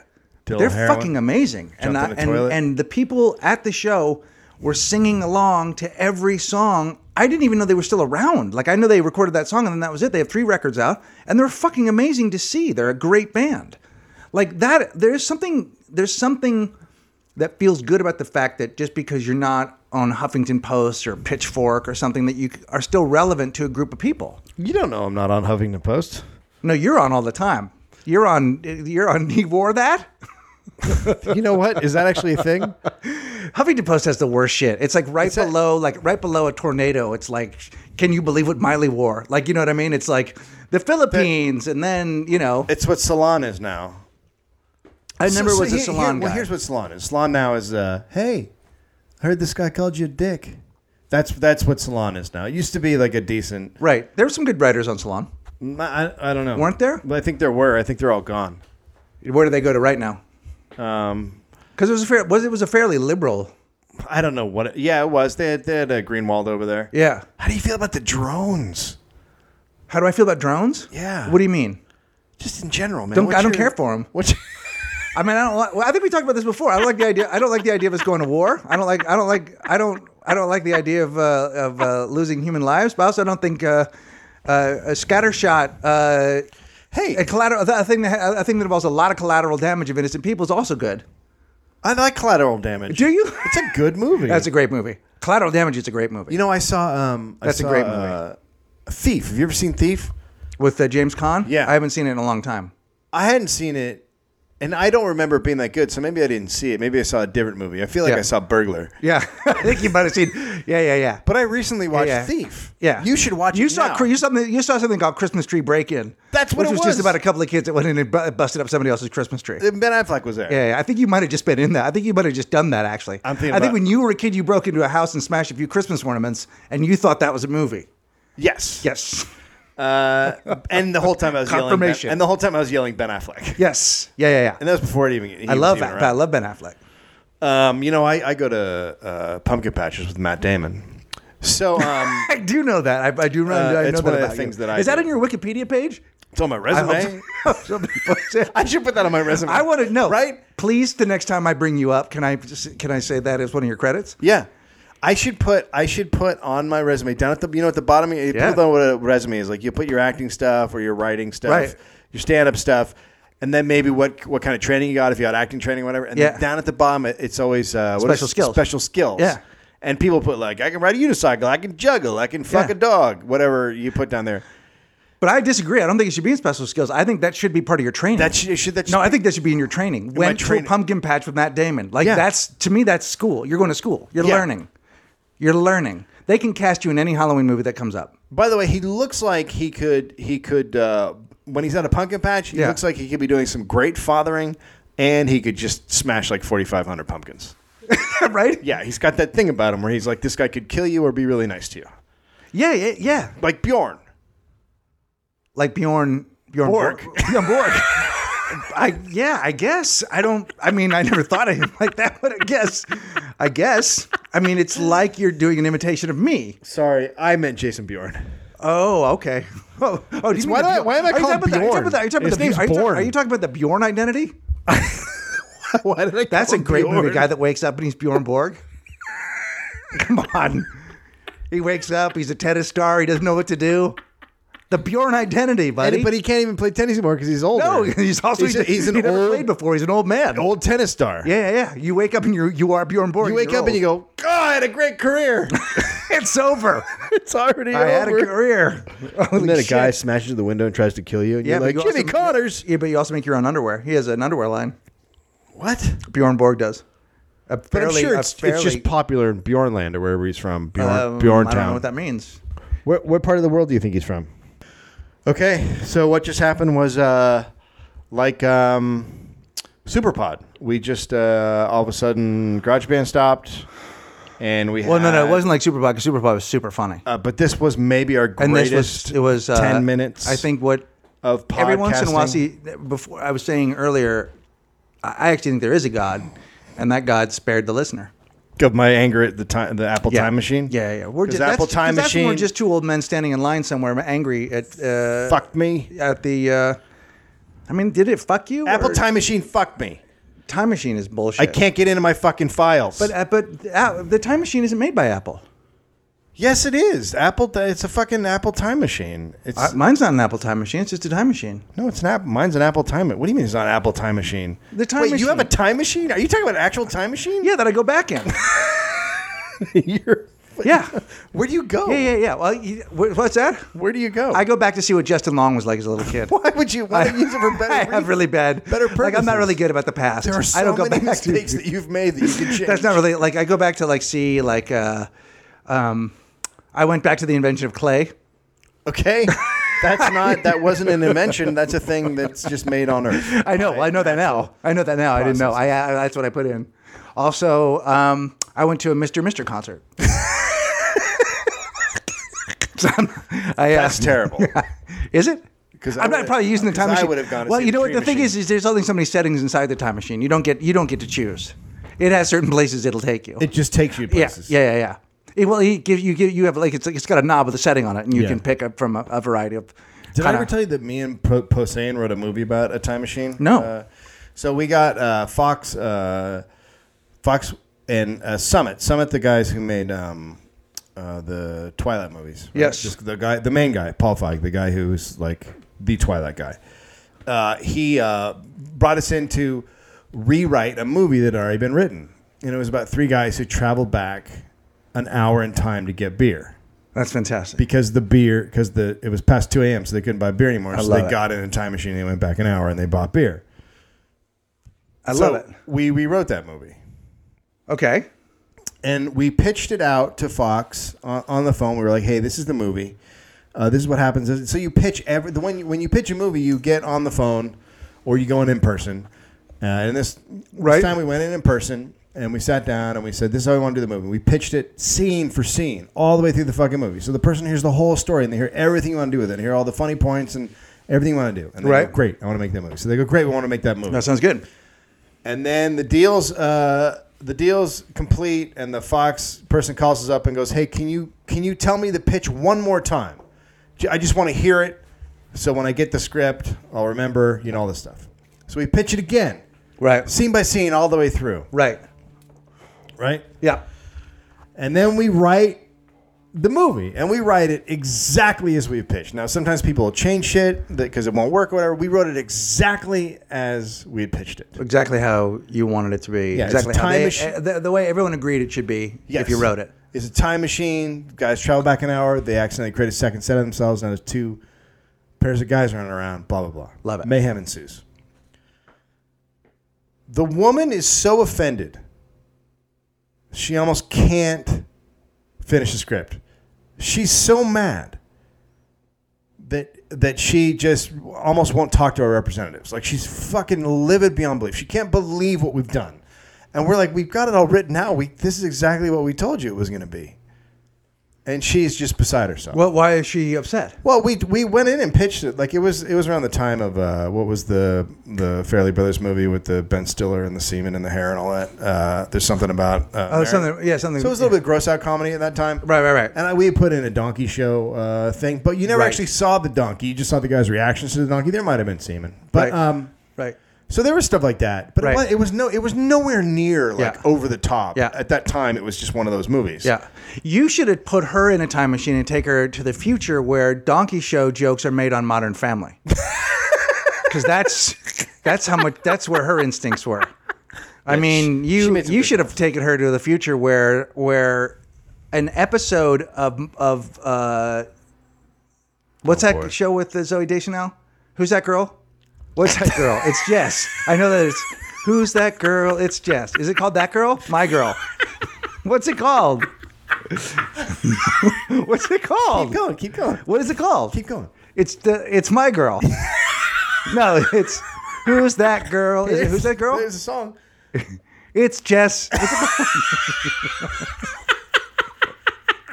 A: Did a
B: They're
A: little heroin,
B: fucking amazing. And
A: jumped
B: I,
A: in the
B: and
A: toilet.
B: and the people at the show were singing along to every song. I didn't even know they were still around. Like I know they recorded that song and then that was it. They have three records out and they're fucking amazing to see. They're a great band. Like that there's something there's something that feels good about the fact that just because you're not on Huffington Post or Pitchfork or something that you c- are still relevant to a group of people.
A: You don't know I'm not on Huffington Post.
B: No, you're on all the time. You're on you're on he wore that?
A: You know what? Is that actually a thing?
B: Huffington Post has the worst shit. It's like right
A: that-
B: below, like right below a tornado. It's like, can you believe what Miley wore? Like, you know what I mean? It's like the Philippines, and then you know,
A: It's what Salon is now.
B: I never
A: So- so
B: was
A: here-
B: a
A: here-
B: salon
A: Well,
B: guy.
A: here's what Salon is. Salon now is, uh, hey, I heard this guy called you a dick. That's that's what Salon is now. It used to be like a decent.
B: right, there were some good writers on salon.
A: I, I don't know.
B: Weren't there?
A: I think there were. I think they're all gone.
B: Where do they go to right now?
A: Um,
B: Because it was a fair, was it was a fairly liberal.
A: I don't know what. It, yeah, it was. They had, they had a Greenwald over there.
B: Yeah.
A: How do you feel about the drones?
B: How do I feel about drones?
A: Yeah.
B: What do you mean?
A: Just in general, man.
B: Don't-
A: What's
B: I don't
A: your-
B: care for 'em.
A: What's your-
B: I mean, I don't. Like, well, I think we talked about this before. I don't like the idea. I don't like the idea of us going to war. I don't like. I don't like. I don't. I don't like the idea of uh, of uh, losing human lives. But I also don't think uh, uh, a scattershot. Uh,
A: Hey.
B: a collateral. A thing that a thing that involves a lot of collateral damage of innocent people is also good.
A: I like collateral damage.
B: Do you?
A: It's a good movie.
B: That's a great movie. Collateral damage is a great movie
A: You know, I saw. Um, I
B: That's a
A: saw,
B: great movie.
A: Uh, Thief. Have you ever seen Thief?
B: with uh, James Caan.
A: Yeah.
B: I haven't seen it in a long time.
A: I hadn't seen it And I don't remember it being that good, so maybe I didn't see it. Maybe I saw a different movie. I feel like
B: Yeah.
A: I saw Burglar.
B: Yeah, I think you might have seen. Yeah, yeah, yeah.
A: But I recently watched
B: yeah.
A: Thief.
B: Yeah,
A: You should watch
B: You
A: it.
B: saw
A: now.
B: cr- you something you saw something called Christmas Tree Break In.
A: That's what it
B: which was
A: was.
B: just about a couple of kids that went in and bu- busted up somebody else's Christmas tree.
A: Ben Affleck was there.
B: Yeah, yeah, I think you might have just been in that. I think you might have just done that actually.
A: I'm thinking
B: I think
A: about-
B: when you were a kid, you broke into a house and smashed a few Christmas ornaments, and you thought that was a movie.
A: Yes.
B: Yes,
A: Uh, and the whole time I was yelling. Ben-
B: Confirmation.
A: and the whole time I was yelling Ben Affleck.
B: yes, yeah, yeah, yeah.
A: And that was before it even. he
B: I
A: was
B: love
A: even
B: that.
A: around.
B: I love Ben Affleck.
A: Um, you know, I, I go to uh, pumpkin patches with Matt Damon. So um,
B: I do know that. I, I do know,
A: Uh,
B: I know
A: it's
B: that
A: one of the
B: about
A: things
B: you.
A: that I
B: Is that
A: do.
B: on your Wikipedia page?
A: it's on my resume.
B: Somebody puts it.
A: I should put that on my resume.
B: I want to know.
A: right?
B: Please, the next time I bring you up, can I just, can I say that as one of your credits?
A: Yeah. I should put I should put on my resume down at the you know at the bottom you
B: Yeah.
A: put down what a resume is like you put your acting stuff or your writing stuff
B: Right.
A: your stand up stuff and then maybe what what kind of training you got if you had acting training whatever and
B: Yeah.
A: then down at the bottom it, it's always uh, what is-
B: Special skills.
A: special skills
B: Yeah.
A: and people put like I can ride a unicycle I can juggle I can fuck
B: Yeah.
A: a dog whatever you put down there
B: But I disagree. I don't think it should be in special skills. I think that should be part of your training.
A: that should, should that should
B: no, I think that should be in your training. Went
A: training.
B: to a pumpkin patch with Matt Damon. Like
A: Yeah.
B: that's to me, that's school. You're going to school. You're
A: Yeah.
B: learning. You're learning. They can cast you in any Halloween movie that comes up.
A: By the way, he looks like he could he could uh, when he's at a pumpkin patch. He
B: Yeah.
A: looks like he could be doing some great fathering, and he could just smash like forty five hundred pumpkins.
B: right?
A: Yeah, he's got that thing about him where he's like, this guy could kill you or be really nice to you,
B: Yeah, yeah, yeah.
A: like Bjorn.
B: Like Bjorn Bjorn
A: Borg.
B: Bjorn Borg. I yeah, I guess. I don't I mean I never thought of him like that, but I guess. I guess. I mean it's like you're doing an imitation of me.
A: Sorry, I meant Jason Bjorn.
B: Oh, okay. Oh, oh do you mean
A: why
B: the
A: do I-
B: Bjorn-
A: why am I
B: Are you
A: called
B: talking about the- are you talking
A: Bjorn?
B: about the- are you talking about
A: His
B: the Bjorn-
A: name's
B: are you talking-
A: Born.
B: Are you talking about the Bjorn identity?
A: Why did I?
B: That's
A: call
B: a
A: him
B: great movie.
A: Bjorn?
B: Guy that wakes up and he's Bjorn Borg. Come on. He wakes up. He's a tennis star. He doesn't know what to do. The Bjorn identity, buddy.
A: but he can't even play tennis anymore because he's older.
B: no, he's also
A: he's, a- he's an
B: he never played
A: old
B: before. He's an old man.
A: old tennis star.
B: Yeah, yeah, yeah. You wake up and you you are Bjorn Borg.
A: You wake up and you go, God, I had a great career.
B: it's over.
A: it's already
B: I
A: over.
B: had a career. Holy
A: And then a
B: shit.
A: guy smashes through the window and tries to kill you, and
B: Yeah,
A: you're
B: but
A: like,
B: you
A: Jimmy
B: also-
A: Connors.
B: Yeah, but you also make your own underwear. He has an underwear line.
A: What?
B: Bjorn Borg does. A
A: But
B: fairly-
A: I'm sure
B: a
A: it's, it's
B: fairly-
A: just popular in Bjornland or wherever he's from. Bjorn,
B: um,
A: Bjorntown.
B: I don't know what that means.
A: Where, what part of the world do you think he's from? Okay, so what just happened was uh, like um, Superpod. We just uh, all of a sudden GarageBand stopped, and we.
B: Well,
A: had,
B: no, no, it wasn't like Superpod. 'cause Superpod was super funny,
A: Uh, but this was maybe our
B: and
A: greatest.
B: this was it was uh,
A: ten minutes.
B: I think what
A: of podcasting.
B: every once in a while, see, before I was saying earlier, I I actually think there is a God, and that God spared the listener.
A: of my anger at the time, the Apple Time Machine.
B: Yeah, yeah. We're
A: 'Cause
B: just,
A: Apple
B: that's,
A: Time
B: 'cause That's when we're
A: Machine-
B: just two old men standing in line somewhere, angry at uh,
A: fucked me.
B: at the. Uh, I mean, did it fuck you?
A: Apple
B: or-
A: Time Machine fucked me.
B: Time Machine is bullshit.
A: I can't get into my fucking files.
B: But uh, but uh, the Time Machine isn't made by Apple.
A: Yes, it is. Apple. It's a fucking Apple Time Machine. It's
B: Uh, mine's not an Apple Time Machine. It's just a time machine.
A: no, it's not. Mine's an Apple Time. What do you mean it's not an Apple Time Machine?
B: The Time
A: Wait, you
B: Machine.
A: have a time machine? Are you talking about an actual time machine?
B: Yeah, that I go back in.
A: You're,
B: yeah.
A: where do you go?
B: Yeah, yeah, yeah. Well, you, wh- what's that?
A: Where do you go?
B: I go back to see what Justin Long was like as a little kid.
A: Why would you? Why
B: I,
A: don't you use it for better?
B: I have really bad.
A: better
B: Like I'm not
A: purposes.
B: really good about the past.
A: There are so
B: I don't go
A: many
B: back to.
A: mistakes that you've made that you can change.
B: That's not really like I go back to like see like uh, um, I went back to the invention of clay.
A: okay. That's not. That wasn't an invention. That's a thing that's just made on Earth.
B: I know. I know that now. I know that now. I didn't know. I, I that's what I put in. Also, um, I went to a Mr. Mister concert. So I'm- I, uh,
A: That's terrible.
B: Is it?
A: 'Cause I
B: I'm not
A: would've-
B: probably using the
A: 'cause
B: time
A: I
B: machine.
A: would've gone to
B: well,
A: see
B: you
A: the
B: know what
A: tree
B: the thing is
A: machine.
B: is there's only so many settings inside the time machine. You don't get you don't get to choose. It has certain places it'll take you.
A: It just takes you
B: yeah,
A: places.
B: yeah, yeah, yeah. It, well, it give, you give you have like it's it's got a knob with a setting on it, and you
A: Yeah.
B: can pick up from a, a variety of.
A: Did I
B: kinda-
A: ever tell you that me and Po- Posehn wrote a movie about a time machine?
B: No.
A: Uh, so we got uh, Fox, uh, Fox, and uh, Summit. Summit, the guys who made um, uh, the Twilight movies. right?
B: Yes.
A: Just the guy, the main guy, Paul Feig, the guy who's like the Twilight guy. Uh, he uh, brought us in to rewrite a movie that had already been written, and it was about three guys who traveled back an hour in time to get beer
B: That's fantastic.
A: because the beer because the it was past 2 a.m so they couldn't buy beer anymore so
B: love
A: they
B: it.
A: got in a time machine and they went back an hour and they bought beer
B: I
A: so
B: love it.
A: We rewrote that movie.
B: Okay.
A: and we pitched it out to Fox on, on the phone. We were like, "Hey, this is the movie. Uh, this is what happens." So you pitch every the when you, when you pitch a movie, you get on the phone or you go in in person. Uh, and this,
B: Right.
A: this time we went in in person and we sat down and we said, "This is how we want to do the movie." We pitched it scene for scene, all the way through the fucking movie. So the person hears the whole story and they hear everything you want to do with it, and hear all the funny points and everything you want to do. And they
B: Right.
A: go, "Great, I want to make that movie." So they go, "Great, we want to make that movie."
B: That sounds good.
A: And then the deals, uh, the deals complete, and the Fox person calls us up and goes, "Hey, can you can you tell me the pitch one more time? J- I just want to hear it, so when I get the script, I'll remember, you know, all this stuff." So we pitch it again,
B: Right.
A: scene by scene, all the way through,
B: Right.
A: right?
B: Yeah.
A: And then we write the movie, and we write it exactly as we pitched. Now, sometimes people will change shit because it won't work or whatever. We wrote it exactly as we had pitched it.
B: Exactly how you wanted it to be.
A: Yeah, it's
B: exactly
A: a
B: how
A: time
B: they,
A: machine.
B: uh, the, the way everyone agreed it should be if you wrote it.
A: It's a time machine. Guys travel back an hour. They accidentally create a second set of themselves. Now there's two pairs of guys running around. Blah blah blah.
B: Love it.
A: Mayhem ensues. The woman is so offended, she almost can't finish the script. She's so mad that that she just almost won't talk to our representatives. Like she's fucking livid beyond belief. She can't believe what we've done. And we're like, we've got it all written out. We this is exactly what we told you it was going to be. And she's just beside herself.
B: Well, why is she upset?
A: Well, we we went in and pitched it. Like it was it was around the time of uh, what was the the Fairley Brothers movie with the Ben Stiller and the semen and the hair and all that. Uh, there's something about uh,
B: Oh,
A: Mary-
B: something. Yeah, something.
A: So it was a Uh, little bit gross out comedy at that time.
B: Right, right, right.
A: And I, we put in a donkey show uh, thing, but you never
B: Right.
A: actually saw the donkey. You just saw the guy's reactions to the donkey. There might have been semen, but
B: Right.
A: um,
B: Right.
A: so there was stuff like that. But
B: Right.
A: it, was, it was no, it was nowhere near like
B: Yeah.
A: over the top.
B: Yeah.
A: At that time, it was just one of those movies.
B: Yeah. You should have put her in a time machine and take her to the future where donkey show jokes are made on Modern Family. Because that's that's how much that's where her instincts were. I mean, you
A: made some
B: you
A: good
B: should have taken her to the future where where an episode of of uh, what's that
A: Oh, boy.
B: show with uh, Zoe Deschanel? Who's that girl? What's that girl? It's Jess. I know that it's who's that girl? It's Jess. Is it called that girl? My girl. What's it called? What's it
A: Keep
B: called?
A: going. Keep going.
B: What is it called?
A: Keep going.
B: It's the it's my girl. no, it's who's that girl? Is it who's that girl?
A: There's a song.
B: It's Jess. What's it called?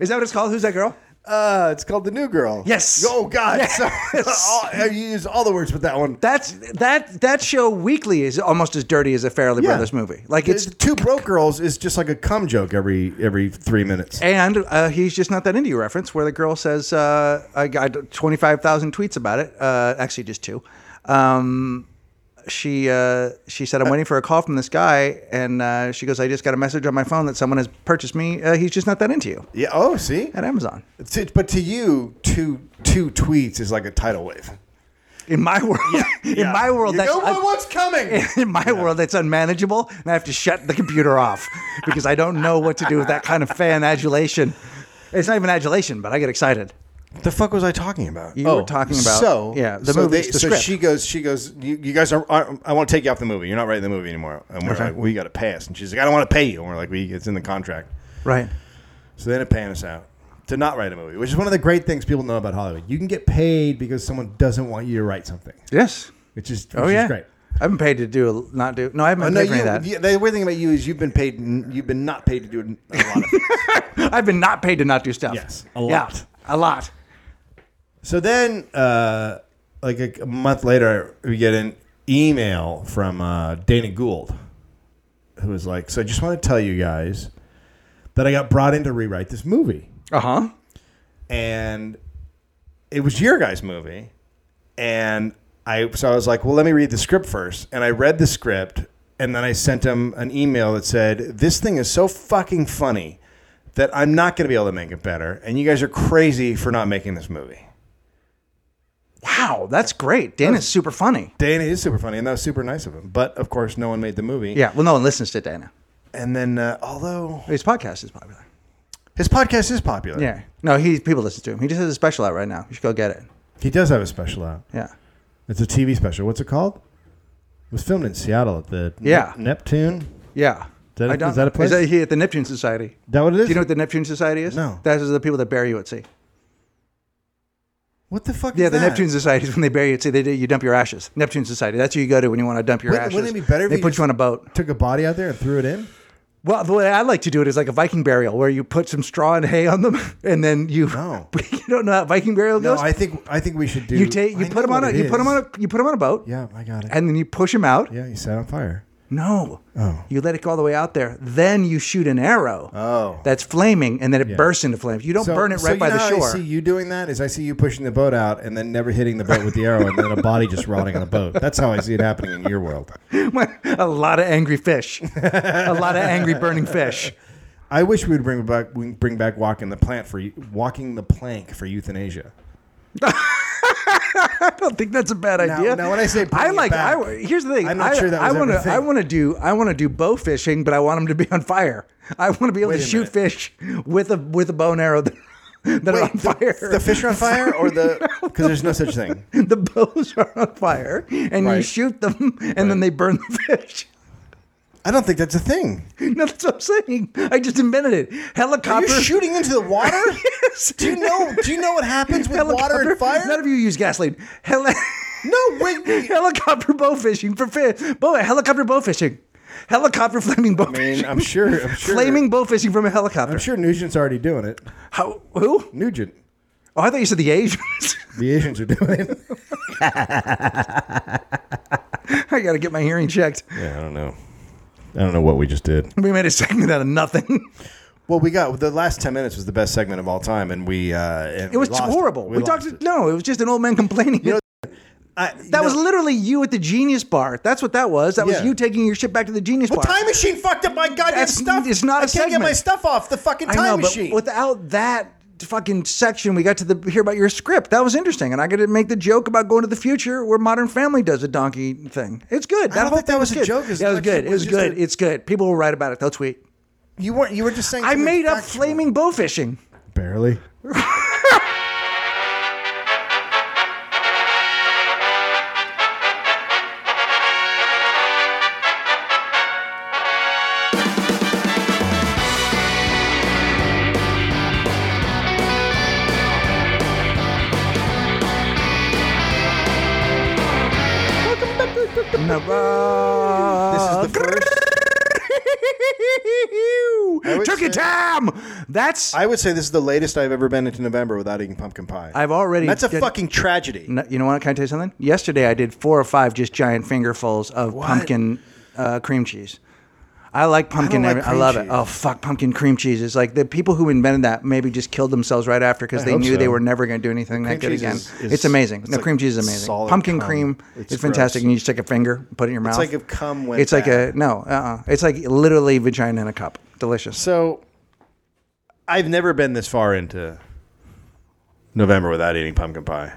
B: Is that what it's called? Who's that girl?
A: Uh, it's called The New Girl.
B: Yes.
A: Oh God.
B: Yes.
A: Sorry. all, you used all the words with that one.
B: That's that that show weekly is almost as dirty as a Fairly
A: Yeah.
B: Brothers movie. Like
A: It's
B: it's
A: two broke girls is just like a cum joke every every three minutes.
B: and uh, he's just not that into you reference where the girl says uh, i got 25000 tweets about it uh, actually just two um, she uh, she said i'm waiting for a call from this guy and uh, she goes i just got a message on my phone that someone has purchased me uh, he's just not that into you
A: Yeah. Oh, see.
B: at amazon
A: To- but to you, two two tweets is like a tidal wave.
B: in my world in my world
A: You
B: that's
A: go, "Well, what's coming?
B: in my world that's unmanageable and i have to shut the computer off because i don't know what to do with that kind of fan adulation it's not even adulation but i get excited
A: the fuck was I talking about? Oh,
B: You were talking about-
A: so
B: yeah, the
A: so
B: movie's
A: they-
B: the
A: so
B: script.
A: she goes. She goes. You, you guys are. are- I want to take you off the movie. You're not writing the movie anymore. And we're like, we got to pass. And she's like, I don't want to pay you. And we're like, we. It's in the contract.
B: right
A: So they ended up paying us out to not write a movie, which is one of the great things people know about Hollywood. You can get paid because someone doesn't want you to write something,
B: yes
A: which is which
B: Oh
A: is
B: yeah,
A: great.
B: I've been paid to do a- not do. No, I haven't been
A: No,
B: paid for
A: you,
B: any of that.
A: you- the weird thing about you is you've been paid. n- You've been not paid to do n- a lot of things.
B: I've been not paid to not do stuff.
A: Yes, a lot.
B: Yeah, a lot.
A: So then, uh, like a, a month later, we get an email from uh, Dana Gould, who was like, "So I just want to tell you guys that I got brought in to rewrite this movie,
B: Uh huh.
A: and it was your guys' movie, and I so I was like, well, let me read the script first, and I read the script, and then I sent him an email that said, this thing is so fucking funny that I'm not going to be able to make it better, and you guys are crazy for not making this movie.
B: Wow, that's great. Dan is super funny.
A: Dana is super funny, and that was super nice of him. But of course, no one made the movie.
B: Yeah. Well, no one listens to Dana.
A: And then, uh, although
B: His podcast is popular.
A: his podcast is popular,
B: Yeah. No, he people listen to him. He just has a special out right now. You should go get it.
A: he does have a special out.
B: Yeah.
A: It's a TV special. What's it called? was filmed in Seattle at the
B: Yeah.
A: Nep- Neptune.
B: Yeah.
A: that a-
B: I don't-
A: is that a place?
B: Is that here at the Neptune Society?
A: That what it is?
B: Do you know what the Neptune Society is?
A: No.
B: That is the people that bury you at sea.
A: what the fuck?
B: Yeah,
A: is
B: the
A: that?
B: Neptune Society is when they bury you at sea. They do, you dump your ashes. Neptune Society. That's who you go to when you want to dump your
A: Wouldn't-
B: ashes.
A: wouldn't it be better if
B: They
A: you
B: put
A: just-
B: you on a boat.
A: took a body out there and threw it in.
B: Well, the way I like to do it is like a Viking burial, where you put some straw and hay on them, and then you.
A: No.
B: you don't know how Viking burial
A: No,
B: goes.
A: I think I think we should do.
B: you take
A: I
B: you
A: know
B: put them on
A: what
B: a
A: it
B: you put them
A: is.
B: on a you put 'em on a boat,
A: Yeah, I got it.
B: and then you push them out.
A: yeah, you set on fire.
B: No.
A: Oh.
B: You let it go all the way out there. Then you shoot an arrow.
A: Oh.
B: That's flaming, and then it bursts into flames. You don't burn it right
A: you
B: by
A: know
B: the
A: how
B: shore.
A: I see you doing that is I see you pushing the boat out and then never hitting the boat with the arrow and then a body just rotting on the boat. That's how I see it happening in your world.
B: a lot of angry fish. a lot of angry burning fish.
A: I wish we would bring back we can bring back walking the plant for eu- walking the plank for euthanasia.
B: I don't think that's a bad
A: Now-
B: idea.
A: now when I say bring
B: I
A: it
B: like,
A: back,
B: I, here's the thing.
A: I'm not
B: I,
A: sure that was
B: I want
A: ever a
B: to,
A: thing.
B: I want to do, I want to do bow fishing, but I want them to be on fire. I want to be able
A: Wait
B: to
A: a
B: shoot
A: minute.
B: fish with a with a bow and arrow that, that are on fire.
A: The fish are on fire or the because there's no such thing.
B: the bows are on fire, and you
A: Right.
B: shoot them, and then they burn the fish.
A: I don't think that's a thing.
B: No, that's what I'm saying. I just invented it. Helicopter.
A: You're shooting into the water.
B: Yes.
A: Do you know? Do you know what happens with water and fire?
B: None of you use gasoline. Heli-
A: no, wait. wait.
B: helicopter bow fishing for fish. Bow helicopter bow fishing. Helicopter flaming
A: I
B: bow
A: mean,
B: fishing.
A: I'm sure. I'm sure.
B: Flaming bow fishing from a helicopter.
A: I'm sure Nugent's already doing it.
B: How, who?
A: Nugent,
B: Oh, I thought you said the Asians.
A: the Asians are doing it.
B: I got to get my hearing checked.
A: Yeah, I don't know. I don't know what we just did.
B: We made a segment out of nothing.
A: Well, we got the last ten minutes was the best segment of all time, and we uh, and
B: It was horrible. We, talked. No, it was just an old man complaining. that was literally you at the Genius Bar. That's what that was. That was
A: Yeah.
B: you taking your shit back to the Genius Bar.
A: time machine fucked up my goddamn
B: That's-
A: stuff.
B: it's not
A: I
B: a
A: can't get my
B: segment.
A: stuff off the fucking time
B: I know,
A: machine.
B: but without that fucking section, we got to the hear about your script. That was interesting, and I got to make the joke about going to the future where Modern Family does a donkey thing. It's good.
A: don't
B: whole
A: think that
B: thing
A: was a
B: good.
A: joke. It's
B: Yeah, it was
A: like-
B: good.
A: it
B: It
A: was
B: was
A: just
B: good.
A: a-
B: it's good. People will write about it. They'll tweet.
A: you weren't. You were just saying.
B: I
A: something
B: made up
A: factual.
B: flaming bow fishing.
A: barely. This is the first. would
B: Turkey
A: say-
B: time. That's
A: I would say this is the latest I've ever been into November without eating pumpkin pie.
B: I've already
A: That's a
B: did-
A: fucking tragedy.
B: No, you know what? Can I tell you something? Yesterday, I did four or five just giant fingerfuls of pumpkin uh, cream cheese. I like pumpkin.
A: like
B: every- I,
A: cream
B: love it.
A: cheese.
B: Oh fuck, pumpkin cream cheese is like the people who invented that maybe just killed themselves right after because they
A: hope
B: knew
A: so.
B: they were never going to do anything that
A: Cream
B: good
A: cheese
B: again.
A: is- is-
B: it's amazing.
A: it's
B: no,
A: like
B: cream cheese is amazing.
A: solid
B: Pumpkin
A: cum.
B: cream,
A: It's
B: it's, fantastic.
A: gross.
B: And you just take a finger, put it in your mouth.
A: like if cum went
B: It's like
A: bad.
B: a no. Uh-uh. It's like literally vagina in a cup. Delicious.
A: So I've never been this far into November without eating pumpkin pie.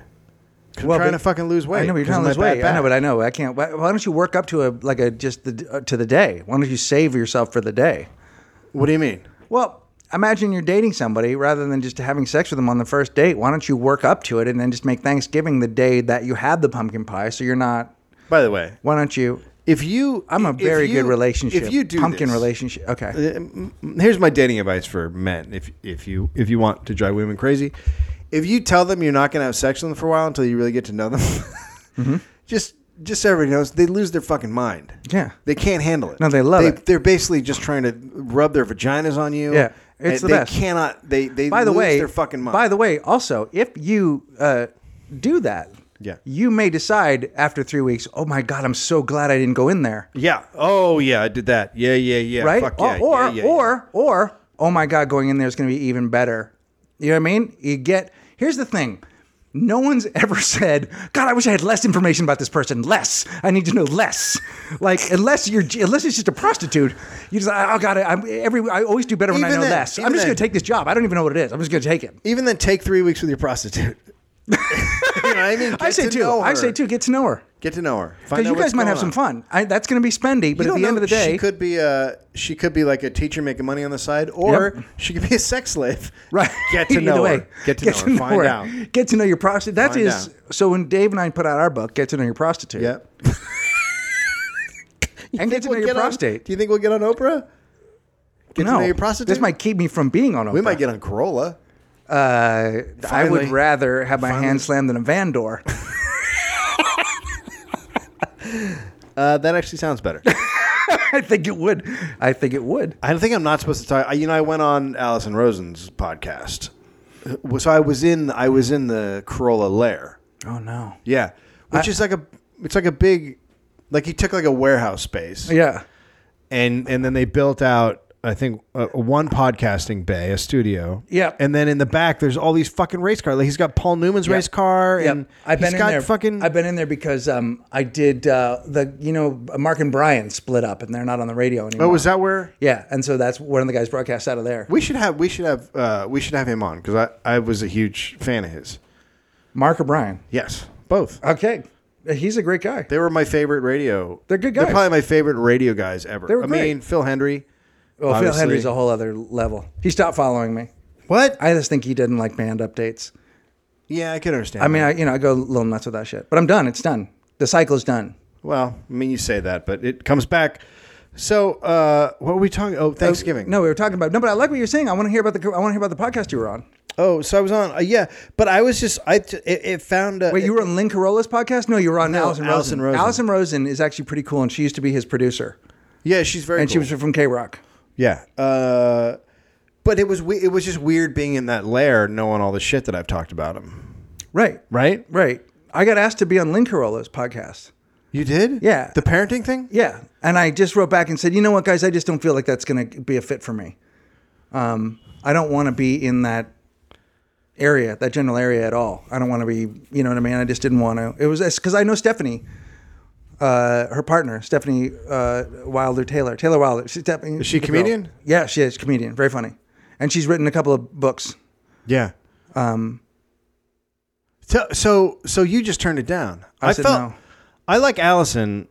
A: 'Cause I'm
B: Well,
A: trying
B: but-
A: to fucking lose weight.
B: I know but you're
A: 'cause
B: trying
A: of
B: to lose
A: my bad
B: weight. I know,
A: back.
B: but I know I can't. Why, why don't you work up to a like a just the uh, to the day? Why don't you save yourself for the day?
A: What do you mean?
B: Well, imagine you're dating somebody rather than just having sex with them on the first date. Why don't you work up to it and then just make Thanksgiving the day that you had the pumpkin pie? So you're not.
A: By the way,
B: Why don't you?
A: if you,
B: I'm a
A: if
B: very
A: you-
B: good relationship.
A: If you do
B: pumpkin
A: this-
B: relationship. Okay.
A: Uh, here's my dating advice for men. If if you if you want to drive women crazy, if you tell them you're not going to have sex with them for a while until you really get to know them,
B: Mm-hmm.
A: just just so everybody knows they lose their fucking mind.
B: Yeah.
A: they can't handle it.
B: No, they love it.
A: They're basically just trying to rub their vaginas on you.
B: Yeah,
A: And
B: it's the
A: they
B: best.
A: Cannot they? They
B: by the
A: lose
B: way,
A: their fucking mind.
B: By the way, also, if you uh, do that,
A: Yeah.
B: you may decide after three weeks. Oh my God, I'm so glad I didn't go in there.
A: yeah. Oh yeah, I did that. Yeah, yeah, yeah.
B: right?
A: Fuck
B: or
A: yeah.
B: or,
A: yeah, yeah, yeah.
B: or or oh my god, going in there is going to be even better. You know what I mean? You get here's the thing. No one's ever said, "God, I wish I had less information about this person. Less. I need to know less." Like unless you're unless it's just a prostitute, you just oh god, I, am every I always do better when I
A: Even
B: know
A: then,
B: less. I'm
A: even
B: just
A: then.
B: going to take this job. I don't even know what it is. I'm just going to take it.
A: even then, take three weeks with your prostitute. you know what I mean?
B: I
A: Get
B: say
A: to
B: too.
A: know
B: I
A: her.
B: say too. Get to know her
A: Get to know her. Find
B: because
A: out
B: you
A: what's
B: guys might
A: going
B: have some
A: on.
B: fun. I, that's going to be spendy, but
A: You
B: at
A: don't
B: the end
A: know,
B: of the day,
A: she could be a she could be like a teacher making money on the side, or
B: Yep.
A: she could be a sex slave.
B: Right.
A: Get to
B: Either
A: know
B: way,
A: her. Get to know her. Find out.
B: Get to know your prostitute. That
A: Find
B: is
A: out.
B: so. When Dave and I put out our book, "Get to Know Your Prostitute,"
A: Yep. You
B: And get
A: think
B: to know
A: we'll
B: your
A: on-
B: prostate.
A: do you think we'll get on Oprah? Get
B: no,
A: to know your prostate.
B: this might keep me from being on. Oprah.
A: we might get on Corolla.
B: Uh, I
A: Finally.
B: would rather have my hand slammed than a van door.
A: Uh, that actually sounds better.
B: I think it would. I think it would.
A: I think I'm not supposed to talk. I, you know, I went on Allison Rosen's podcast, Uh, so I was in I was in the Corolla lair.
B: Oh no.
A: Yeah, which is like a it's like a big like he took like a warehouse space.
B: Yeah.
A: and and then they built out I think uh, one podcasting bay, a studio.
B: Yep.
A: And then in the back, there's all these fucking race cars. Like he's got Paul Newman's race car,
B: Yep.
A: and
B: I've been
A: he's
B: in
A: got
B: there.
A: fucking.
B: I've been in there because um, I did uh, the you know Mark and Brian split up and they're not on the radio anymore.
A: oh, was that where?
B: Yeah, and so that's one of the guys broadcast out of there.
A: We should have we should have uh, we should have him on because I I was a huge fan of his.
B: Mark or Brian?
A: Yes, both.
B: Okay, he's a great guy.
A: They were my favorite radio.
B: They're good
A: They're
B: guys.
A: probably my favorite radio guys ever.
B: They were
A: I
B: great.
A: mean, Phil Hendry.
B: Well, Phil
A: obviously.
B: Henry's a whole other level. He stopped following me.
A: What?
B: I just think he didn't like band updates.
A: yeah, I can understand.
B: I mean, I you know I go a little nuts with that shit, but I'm done. It's done. The cycle's done.
A: well, I mean, you say that, but it comes back. So, uh, what were we talking? Oh, Thanksgiving.
B: No, we were talking about no, but I like what you're saying. I want to hear about the I want to hear about the podcast you were on.
A: Oh, so I was on. Uh, yeah, but I was just I t- it, it found. Uh,
B: Wait, you were on Lynn Carola's podcast? No, you were on Allison,
A: Allison
B: Rosen.
A: Rosen.
B: Allison Rosen is actually pretty cool, and she used to be his producer,
A: yeah, she's very.
B: and she
A: cool.
B: was from K Rock.
A: Yeah. Uh, but it was we- it was just weird being in that lair, knowing all the shit that I've talked about him.
B: Right,
A: Right.
B: right. I got asked to be on Lynn Carola's podcast.
A: You did.
B: Yeah.
A: The parenting thing.
B: Yeah, and I just wrote back and said, you know what, guys, I just don't feel like that's going to be a fit for me. Um, I don't want to be in that area, that general area at all. I don't want to be, you know what I mean. I just didn't want to. It was because I know Stephanie, uh, her partner, Stephanie uh, Wilder Taylor, Taylor Wilder. She's Stephanie.
A: she
B: the
A: comedian?
B: girl. Yeah, she is comedian. Very funny, and she's written a couple of books.
A: Yeah.
B: Um,
A: So so so you just turned it down.
B: I said no.
A: I like Allison,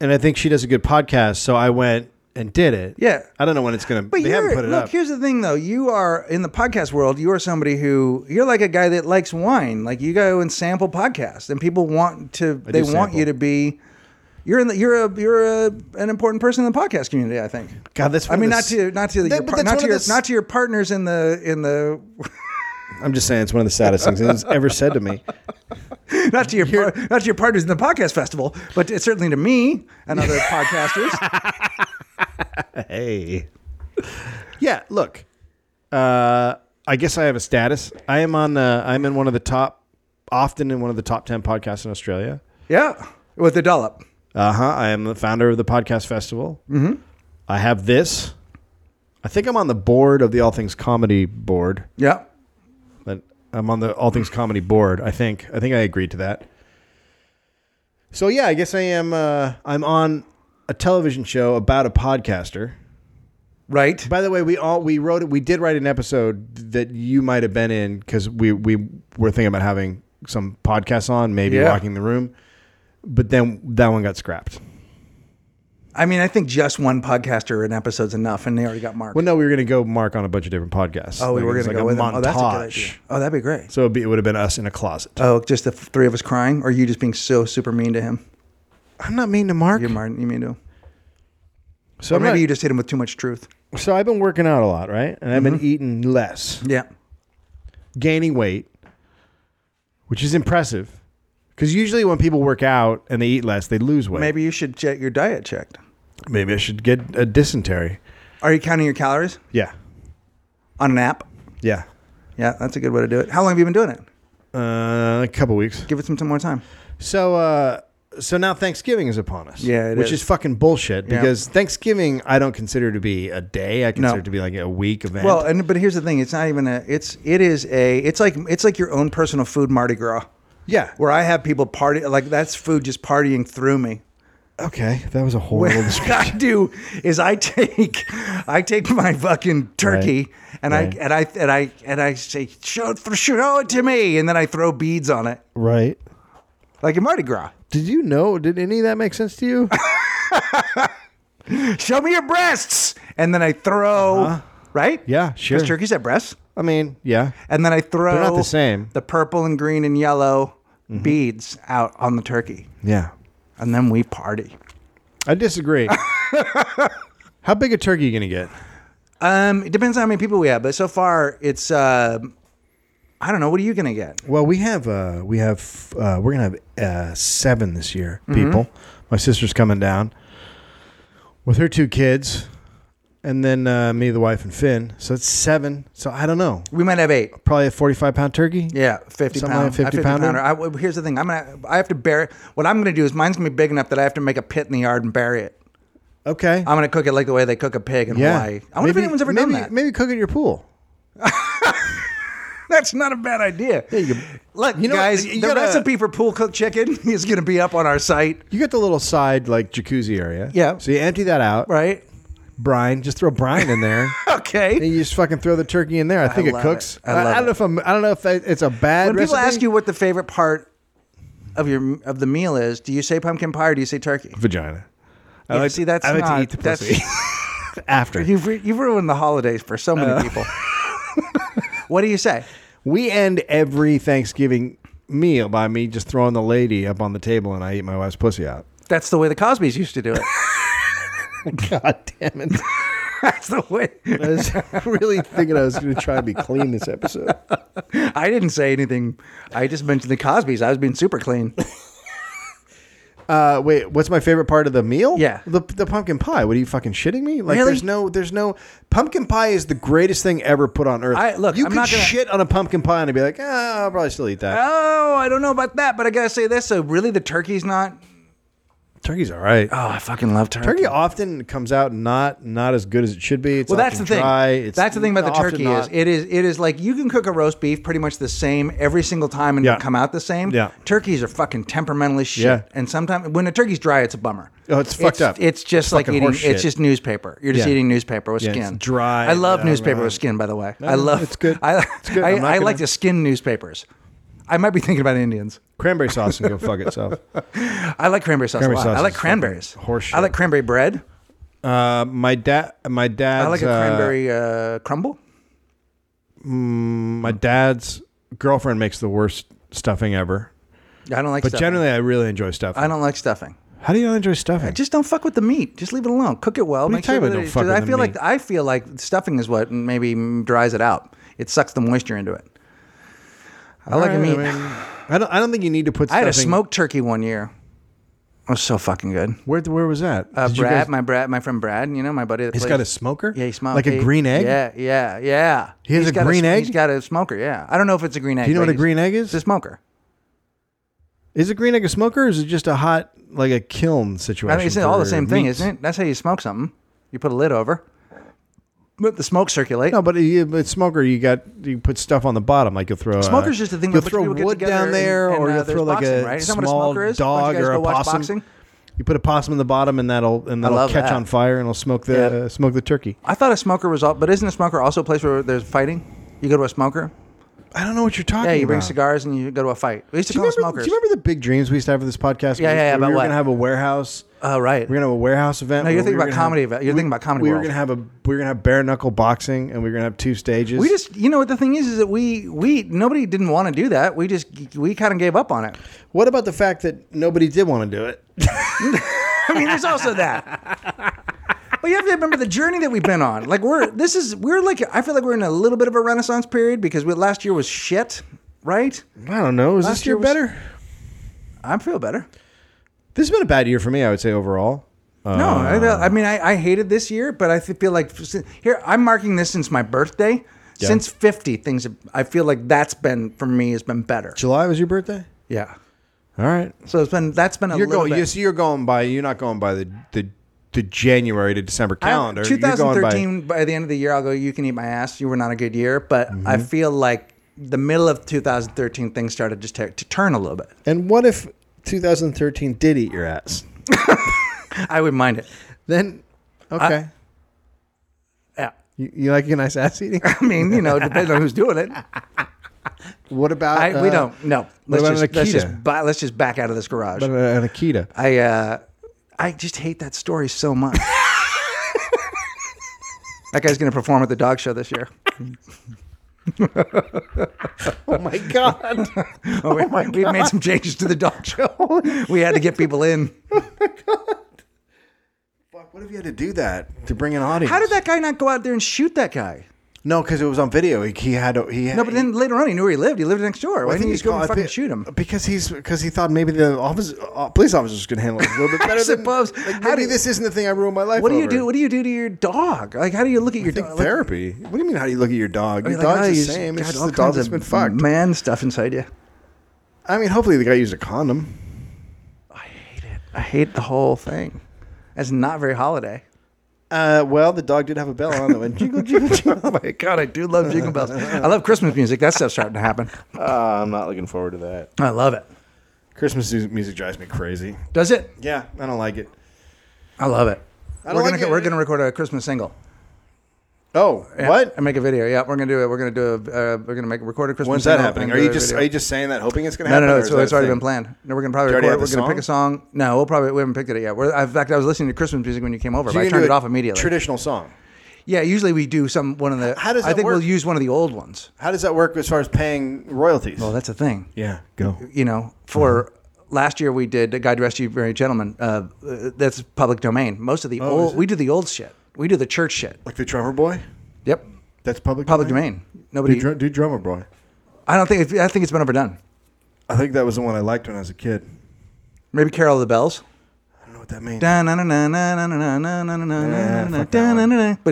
A: and I think she does a good podcast. So I went and did it.
B: Yeah.
A: I don't know when it's gonna.
B: But
A: they
B: you're,
A: haven't put it
B: look,
A: up.
B: here's the thing though. You are in the podcast world, you are somebody who you're like a guy that likes wine. Like you go and sample podcasts and people want to they
A: do
B: want
A: sample.
B: you to be you're in the, you're a you're a, an important person in the podcast community, I think.
A: God, that's.
B: I
A: one of
B: mean,
A: the
B: not
A: s-
B: to not to
A: That-
B: your
A: but
B: par-
A: that's
B: not
A: one
B: to
A: of
B: your
A: the s-
B: not to your partners in the in the
A: I'm just saying it's one of the saddest things anyone's ever said to me.
B: not to your par- not to your partners in the podcast festival, but it's certainly to me and other podcasters.
A: Hey. Yeah, look. Uh, I guess I have a status. I am on. Uh, I'm in one of the top, often in one of the top ten podcasts in Australia.
B: Yeah, with the dollop.
A: Uh huh. I am the founder of the podcast festival. Mm-hmm. I have this. I think I'm on the board of the All Things Comedy board.
B: Yeah.
A: But I'm on the All Things Comedy board. I think. I think I agreed to that. So yeah, I guess I am. Uh, I'm on a television show about a podcaster.
B: Right.
A: By the way, we all we wrote it. We did write an episode that you might have been in because we we were thinking about having some podcasts on, maybe
B: Yeah.
A: walking the room, but then that one got scrapped.
B: I mean, I think just one podcaster an episode's enough, and they already got marked.
A: Well, no, we were going to go mark on a bunch of different podcasts.
B: Oh, we
A: Like,
B: were
A: it
B: going
A: was
B: to
A: like
B: go with
A: montage.
B: them. Oh, that's a good idea. Oh, that'd be great.
A: So it'd be, it would have been us in a closet.
B: Oh, just the f- three of us crying, or you just being so super mean to him?
A: I'm not mean to Mark.
B: You're Martin. You mean to him?
A: So
B: Or
A: I'm
B: maybe
A: not-
B: you just hit him with too much truth.
A: so I've been working out a lot, right? And I've
B: Mm-hmm.
A: been eating less,
B: Yeah.
A: gaining weight, which is impressive. Because usually when people work out and they eat less, they lose weight.
B: Maybe you should get your diet checked.
A: Maybe I should get a dysentery.
B: Are you counting your calories
A: Yeah.
B: on an app?
A: Yeah.
B: Yeah, that's a good way to do it. How long have you been doing it?
A: Uh, a couple weeks.
B: Give it some, some more time.
A: So, uh, so now Thanksgiving is upon us.
B: Yeah, it
A: which is.
B: is.
A: fucking bullshit
B: Yeah.
A: because Thanksgiving I don't consider to be a day. I consider
B: No.
A: it to be like a week event.
B: Well, and but here's the thing: it's not even a. It's it is a. It's like it's like your own personal food Mardi Gras,
A: yeah.
B: where I have people party like that's food just partying through me.
A: Okay, that was a horrible
B: what I
A: description.
B: do is I take I take my fucking turkey and
A: right.
B: I and I and I and I say show, show it to me and then I throw beads on it
A: right.
B: like in Mardi Gras.
A: Did you know? Did any of that make sense to you?
B: Show me your breasts and then I throw right
A: Uh-huh. Yeah, sure.
B: because turkeys have breasts
A: I mean, yeah.
B: and then I throw
A: not the same. Mm-hmm.
B: the purple and green and yellow beads out on the turkey
A: Yeah.
B: and then we party.
A: I disagree. How big a turkey you gonna get?
B: Um, it depends on how many people we have, but so far it's uh, I don't know. What are you gonna get?
A: Well, we have uh, we have uh, we're gonna have uh, seven this year.
B: Mm-hmm.
A: People, my sister's coming down with her two kids, and then uh, me, the wife, and Finn. So it's seven. So I don't know.
B: We might have eight.
A: Probably a forty-five pound turkey.
B: Yeah, fifty
A: Something like
B: pound,
A: a 50
B: a
A: pounder?
B: I, well, here's the thing. I'm gonna. I have to bury. What I'm gonna do is mine's gonna be big enough that I have to make a pit in the yard and bury it.
A: Okay.
B: I'm gonna cook it like the way they cook a pig in
A: yeah.
B: Hawaii. I wonder if anyone's ever
A: maybe,
B: done that.
A: Maybe cook at your pool.
B: That's not a bad idea.
A: you,
B: Look,
A: You know what?
B: guys,
A: You
B: the
A: gotta-
B: recipe for pool cooked chicken is gonna be up on our site,
A: you got the little side like jacuzzi area.
B: Yeah.
A: So you empty that out.
B: right?
A: Brine. Just throw brine in there.
B: Okay.
A: And you just fucking throw the turkey in there. I think it
B: love
A: cooks.
B: it. I love
A: I don't
B: it.
A: know if I'm, I don't know if that- it's a bad.
B: When people
A: recipe.
B: ask you what the favorite part of your of the meal is, do you say pumpkin pie or do you say turkey?
A: vagina. I
B: Yeah, see, that's
A: I like
B: not-
A: to eat the
B: that's-
A: pussy after.
B: You've, ru- you've ruined the holidays for so
A: Uh.
B: many people. what do you say?
A: We end every Thanksgiving meal by me just throwing the lady up on the table and I eat my wife's pussy out.
B: That's the way the Cosbys used to do it.
A: God damn it.
B: That's the way.
A: I was really thinking I was going to try to be clean this episode.
B: I didn't say anything. I just mentioned the Cosbys. I was being super clean.
A: Uh, wait, what's my favorite part of the meal?
B: Yeah.
A: the, the pumpkin pie. What are you fucking shitting me? Like,
B: Really?
A: there's no, there's no pumpkin pie is the greatest thing ever put on earth.
B: I- look,
A: you
B: I'm
A: could
B: not gonna-
A: shit on a pumpkin pie and I'd be like, ah, I'll probably still eat that.
B: Oh, I don't know about that, but I gotta say this. So really, the turkey's not.
A: Turkey's all right.
B: Oh, I fucking love turkey.
A: Turkey often comes out not not as good as it should be. It's
B: well, that's the
A: often
B: thing.
A: dry. It's
B: that's the thing about the
A: often
B: turkey
A: not-
B: is it is it is like you can cook a roast beef pretty much the same every single time and
A: Yeah.
B: it'll come out the same.
A: Yeah.
B: Turkeys are fucking temperamental as shit,
A: Yeah.
B: and sometimes when a turkey's dry, it's a bummer.
A: Oh, it's fucked up.
B: It's just
A: It's
B: like
A: fucking
B: eating.
A: horse shit.
B: It's just newspaper. You're just
A: Yeah.
B: eating newspaper with
A: Yeah, it's
B: skin.
A: dry
B: I love
A: and-
B: newspaper
A: uh,
B: with skin. By the way, I love.
A: it's good.
B: I,
A: It's good.
B: I,
A: I'm not
B: I like
A: gonna-
B: to skin newspapers. I might be thinking about Indians.
A: cranberry sauce and go fuck itself.
B: I like cranberry sauce
A: Cranberry
B: a lot.
A: sauce
B: I like
A: is
B: cranberries.
A: fucking horse
B: I like
A: shit.
B: cranberry bread.
A: Uh, my dad, my dad's,
B: I like a
A: uh,
B: cranberry uh, crumble.
A: my dad's girlfriend makes the worst stuffing ever.
B: I don't like.
A: But
B: stuffing.
A: generally, I really enjoy stuffing.
B: I don't like stuffing.
A: How do you not enjoy stuffing?
B: Just don't fuck with the meat. Just leave it alone. Cook it well.
A: you
B: Make sure
A: talking
B: that
A: about
B: it-
A: don't fuck with
B: I
A: the
B: feel like
A: meat?
B: I feel like stuffing is what maybe dries it out. It sucks the moisture into it. I like
A: All right,
B: meat.
A: I, mean, I don't. I don't think you need to put.
B: I
A: Stuffing.
B: had a smoked turkey one year. It was so fucking good.
A: Where where was that?
B: Uh,
A: Did you
B: Brad,
A: guys-
B: my Brad, my friend Brad, you know my buddy. That
A: he's
B: plays,
A: got a smoker.
B: yeah, he smoked
A: like a
B: He-
A: green egg.
B: Yeah, yeah, yeah.
A: He has
B: He's
A: a
B: got
A: green
B: s-
A: egg?
B: He's got a smoker. Yeah, I don't know if it's a green egg.
A: Do you know what a
B: ladies.
A: green egg is?
B: It's a smoker.
A: Is a green egg a smoker? or Is it just a hot like a kiln situation?
B: I mean, it's all the
A: for
B: same thing,
A: meats?
B: isn't it? That's how you smoke something. You put a lid over, let the smoke circulate.
A: No, but you, but smoker, you got you put stuff on the bottom, like you'll throw.
B: Smoker's just a thing where
A: You'll
B: a bunch of
A: throw
B: people get
A: wood
B: together
A: down
B: and-
A: there,
B: and,
A: or
B: uh,
A: you'll
B: there's
A: throw like
B: boxing,
A: a
B: right? Is that what a
A: small
B: smoker is? Why don't you
A: dog
B: guys
A: or
B: go
A: a
B: watch
A: possum.
B: boxing?
A: You put a possum in the bottom, and that'll and that'll
B: love
A: catch
B: that.
A: on fire, and it'll smoke the
B: Yeah.
A: uh, smoke the turkey.
B: I thought a smoker was all, but isn't a smoker also a place where there's fighting? You go to a smoker.
A: I don't know what you're talking
B: Yeah,
A: about.
B: you bring cigars and you go to a fight. We used to
A: Do you,
B: call them
A: remember,
B: smokers.
A: do you remember the big dreams we used to have for this podcast?
B: Yeah,
A: we,
B: yeah, yeah,
A: We
B: about
A: were
B: what?
A: gonna have a warehouse.
B: Oh, right.
A: We are gonna have a warehouse event.
B: No, you're
A: where
B: thinking
A: we were
B: about
A: gonna have-
B: comedy event. You're thinking about comedy
A: We were
B: world.
A: gonna have a we were gonna have bare knuckle boxing, and we were gonna have two stages.
B: we just, you know, what the thing is, is that we, we, nobody didn't want to do that. We just, we kind of gave up on it.
A: What about the fact that nobody did want to do it?
B: I mean, there's also that. But you have to remember the journey that we've been on. Like we're this is we're like I feel like we're in a little bit of a renaissance period because we, last year was shit, right?
A: I don't know. Is
B: Last
A: this year
B: year was-
A: better?
B: I feel better.
A: This has been a bad year for me, I would say overall.
B: No,
A: Uh.
B: I, I mean I, I hated this year, but I th- feel like si- here I'm marking this since my birthday.
A: Yeah.
B: Since 50, things have, I feel like that's been for me has been better.
A: July was your birthday.
B: Yeah.
A: All right,
B: So it's been that's been a
A: you're
B: little
A: going.
B: bit.
A: You see, you're going by. You're not going by the the, the January to December
B: I-
A: calendar. You're going by-
B: 2013 by, the end of the year I'll go you can eat my ass you were not a good year but I
A: Mm-hmm.
B: feel like the middle of 2013 things started just to, to turn a little bit
A: and what if 2013 did eat your ass?
B: I would mind it
A: Then, okay,
B: yeah
A: you, you like a nice ass eating.
B: I mean you know it depends on who's doing it
A: What about
B: I, we
A: uh,
B: don't no let's
A: about an
B: just, let's,
A: Akita?
B: just buy, let's just back out of this garage
A: What about an Akita?
B: I uh, I just hate that story so much that guy's gonna perform at the dog show this year
A: Oh my god!
B: oh, we, we've made some changes to the dog show we had to get people in
A: What if you had to do that to bring an audience?
B: How did that guy not go out there and shoot that guy?
A: No, because it was on video. He, he had. to- He had,
B: No, but then later on he knew where he lived. He lived next door.
A: I
B: Why didn't
A: think
B: you
A: he's
B: just go
A: called-
B: and
A: I
B: fucking
A: think-
B: shoot him?
A: because he's because he thought maybe the office uh, police officers could handle it a little bit better.
B: suppose.
A: Than, like,
B: How
A: maybe
B: do-
A: this isn't the thing I ruined my life.
B: What do you
A: over.
B: do? What do you do to your dog? Like, how do you look at your
A: think
B: dog? Like,
A: therapy. What do you mean? How do you look at your dog?
B: I
A: Your
B: mean,
A: dog's
B: oh,
A: the
B: you just
A: same. It's
B: got
A: just
B: all
A: the dog
B: kinds
A: that's
B: of
A: been fucked.
B: Man, stuff inside you.
A: I mean, hopefully the guy used a condom.
B: I hate the whole thing. That's not very holiday.
A: Uh, well, the dog did have a bell on that went jingle, jingle, jingle.
B: Oh my god, I do love jingle bells. I love Christmas music. That stuff's starting to happen.
A: Uh, I'm not looking forward to that.
B: I love it.
A: Christmas mu- music drives me crazy.
B: Does it?
A: Yeah, I don't like it.
B: I love it.
A: I don't
B: we're
A: like
B: gonna
A: it.
B: we're gonna record a Christmas single.
A: Oh,
B: Yeah,
A: what?
B: And make a video. Yeah, we're gonna do it. We're gonna do a. Uh, we're gonna make record a Christmas.
A: When's that
B: single
A: happening?
B: and
A: Are
B: do
A: you
B: a
A: just
B: video.
A: are you just saying that, hoping it's going to
B: No,
A: happen?
B: no, no.
A: or
B: It's,
A: is that
B: it's
A: a
B: already
A: thing?
B: been planned. No, we're gonna
A: Do
B: probably
A: you already
B: record. it. We're
A: have the
B: gonna pick a song. No, we'll probably we haven't picked it yet. We're, in fact, I was listening to Christmas music when you came over,
A: So
B: but I
A: you're gonna
B: turned
A: do
B: it
A: a
B: off immediately.
A: Traditional song.
B: yeah, usually we do some one of the.
A: How does
B: I
A: that
B: think we'll
A: work?
B: use one of the old ones.
A: How does that work as far as paying royalties?
B: Well, that's a thing.
A: yeah, go.
B: you know,
A: Uh-huh.
B: for last year we did "A Guide to Rescue Very Gentlemen." Uh, uh, that's public domain. Most
A: Oh,
B: of the old, we do the old shit. We do the church shit.
A: Like the drummer boy.
B: Yep,
A: That's public.
B: public domain. Nobody.
A: Do, drum- do drummer boy.
B: I don't think. I think it's been overdone.
A: I think that was the one I liked when I was a kid.
B: Maybe "Carol of the Bells."
A: I don't know what that means.
B: But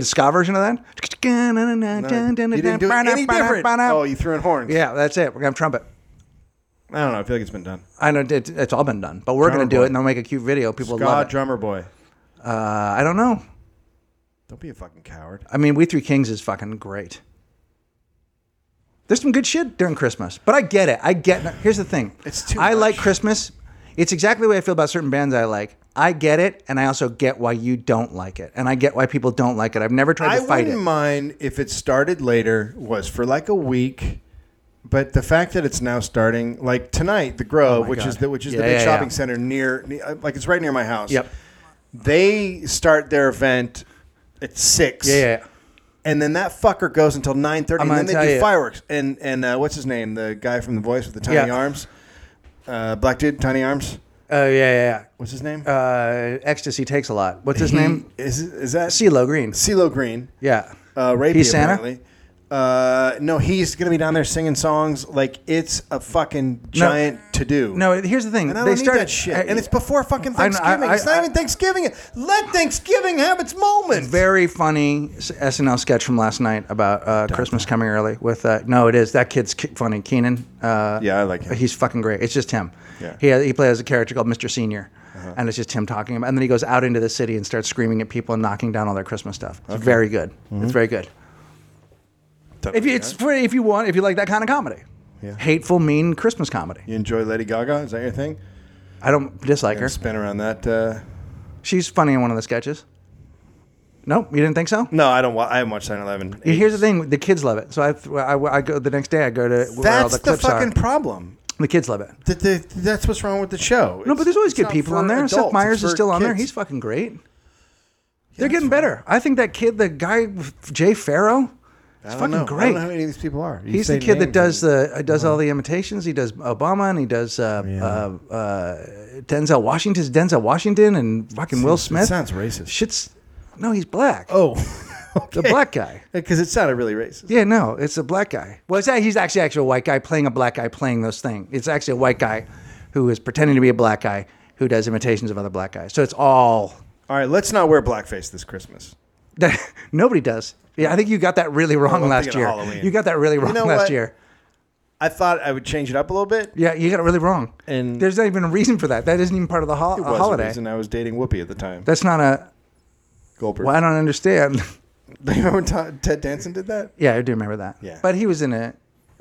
B: a ska version of that.
A: you didn't do it any different. Oh, you threw in horns.
B: Yeah, that's it. We're gonna have trumpet.
A: I don't know. I feel like it's been done.
B: I know it, it's all been done, but we're
A: Drummer
B: gonna do
A: boy.
B: it, and I'll make a cute video. People
A: God,
B: love it.
A: drummer boy.
B: Uh, I don't know.
A: Don't be a fucking coward.
B: I mean, We Three Kings is fucking great. There's some good shit during Christmas, but I get it. I get. Here's the thing.
A: It's too
B: I like
A: much.
B: Christmas. It's exactly the way I feel about certain bands I like. I get it, and I also get why you don't like it, and I get why people don't like it. I've never tried
A: I
B: to fight
A: wouldn't
B: it.
A: mind if it started later, was for like a week, but the fact that it's now starting, like tonight, the Grove, which is
B: Oh God.
A: the which is the
B: Yeah,
A: big
B: yeah,
A: shopping
B: yeah.
A: center near, ne- uh, like it's right near my house.
B: Yep.
A: They start their event at six.
B: Yeah, yeah, yeah.
A: And then that fucker goes until nine thirty,
B: I'm
A: and then
B: gonna
A: they do
B: tell you.
A: fireworks. And and uh, what's his name? The guy from The Voice with the tiny
B: Yeah.
A: arms, uh, black dude, tiny arms.
B: Oh yeah,
A: What's his name?
B: yeah. yeah. Uh, Ecstasy takes a lot. What's his
A: He-
B: name?
A: is is that
B: CeeLo Green.
A: CeeLo Green?
B: Yeah.
A: uh, rapey
B: He's Santa?
A: apparently. Uh, no, he's gonna be down there singing songs like it's a fucking giant to do.
B: No, here's the thing.
A: and I
B: they
A: don't need
B: started
A: that shit.
B: I-
A: and it's before fucking
B: I know, I-
A: Thanksgiving. it's
B: I-
A: not
B: I-
A: even Thanksgiving. yet. Let Thanksgiving have its moment.
B: very funny s- SNL sketch from last night about uh, Christmas coming early. With uh, no, it is that kid's ki- funny, Keenan. Uh,
A: Yeah, I like him.
B: He's fucking great. It's just him.
A: Yeah. Uh-huh.
B: He he plays a character called Mr. Senior, and it's just him talking about. And then he goes out into the city and starts screaming at people and knocking down all their Christmas stuff. It's very good.
A: Mm-hmm.
B: It's very good. If you, it's for, if you want if you like that kind of comedy,
A: Yeah.
B: hateful, mean Christmas comedy.
A: you enjoy Lady Gaga? Is that your thing?
B: I don't dislike her.
A: And spin around that. Uh,
B: She's funny in one of the sketches. Nope, you didn't think so.
A: no, I don't. Wa- I haven't watched 9/11.
B: Yeah, Here's the thing: the kids love it. So I, I, I go the next day. I go to where all
A: that's
B: the
A: the,
B: clips
A: fucking
B: are.
A: problem.
B: the kids love it.
A: That the, that's what's wrong with the show.
B: No, but there's always good people on there. Seth Meyers is still on there. He's
A: He's
B: fucking great. They're getting better. I think that kid, the guy Jay Farrow, is fucking
A: I
B: great.
A: don't know how many of these people are. You
B: He's the
A: say
B: kid that
A: names
B: does the uh, does all the imitations. He does Obama and he does uh, uh, uh, Denzel Washington's Denzel Washington and fucking Will Smith.
A: sounds racist.
B: Shit's no, he's black.
A: Oh,
B: the black guy.
A: because it sounded really racist.
B: Yeah, no, it's a black guy. Well, it's, a- he's actually actually a white guy playing a black guy playing those things. It's actually a white guy who is pretending to be a black guy who does imitations of other black guys. So it's all
A: All right, let's not wear blackface this Christmas.
B: nobody does. Yeah, I think you got that really wrong
A: I'm
B: last
A: thinking
B: year.
A: of Halloween.
B: You got that really wrong
A: know
B: last
A: what?
B: year.
A: I thought I would change it up a little bit.
B: Yeah, you got it really wrong.
A: And-
B: there's not even a reason for that. That isn't even part of the ho-
A: was
B: holiday.
A: the reason I was dating Whoopi at the time.
B: That's not a.
A: Goldberg.
B: Well, I don't understand.
A: Do you remember when Todd- Ted Danson did that?
B: yeah, I do remember that.
A: Yeah.
B: but he was in a.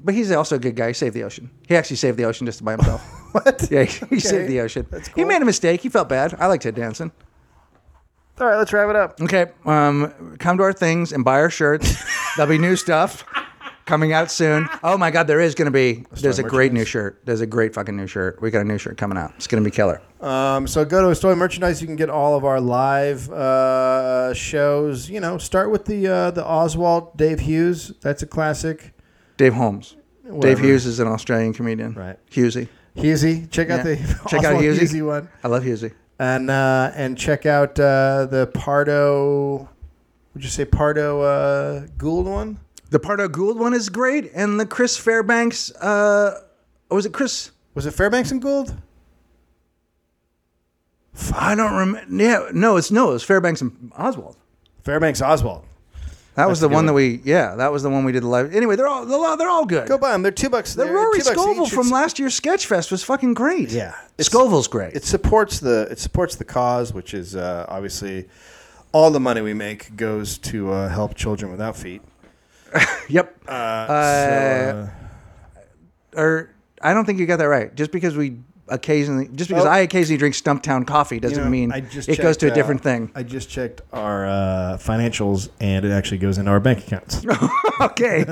B: But he's also a good guy. He saved the ocean. He actually saved the ocean just by himself.
A: What?
B: yeah, he
A: Okay,
B: saved the ocean.
A: That's
B: He
A: cool.
B: made a mistake. He felt bad. I like Ted Danson.
A: All right, let's wrap it up.
B: Okay, um, come to our things and buy our shirts. There'll be new stuff coming out soon. Oh my God, there is going to be. There's a great new shirt. There's a great fucking new shirt. We got a new shirt coming out. It's going to be killer.
A: Um, so go to Astoy Merchandise. You can get all of our live uh, shows. You know, start with the uh, the Oswald Dave Hughes. That's a classic.
B: Dave Holmes. Dave
A: Whatever.
B: Hughes is an Australian comedian.
A: Right.
B: Hughesy.
A: Hughesy. Check out
B: Yeah.
A: the Oswald Hughesy one.
B: I love Hughesy.
D: and uh, and check out uh, the Pardo. Would you say Pardo uh, Gould one?
B: The Pardo Gould one is great, and the Chris Fairbanks. Uh, or was it Chris?
D: Was it Fairbanks and Gould?
B: F- I don't remember. Yeah, no, it's no, it was Fairbanks and Oswald.
A: Fairbanks Oswald.
B: That was the one that we. Yeah, that was the one we did live. Anyway, they're all they're all, they're all good.
A: Go buy them. They're two bucks.
B: the
A: they're
B: Rory
A: two bucks
B: Scovel
A: each.
B: from
A: It's-
B: last year's Sketchfest was fucking great.
A: Yeah, it's-
B: Scovel's great.
A: it supports the it supports the cause, which is uh, obviously all the money we make goes to uh, help children without feet.
B: yep.
A: Uh,
B: or I don't think you got that right. Just because we occasionally, just because
A: Oh.
B: I occasionally drink Stumptown coffee doesn't
A: you know,
B: mean
A: I just
B: it goes
A: checked,
B: to a
A: uh,
B: different thing.
A: I just checked our uh, financials, and it actually goes into our bank accounts.
B: okay.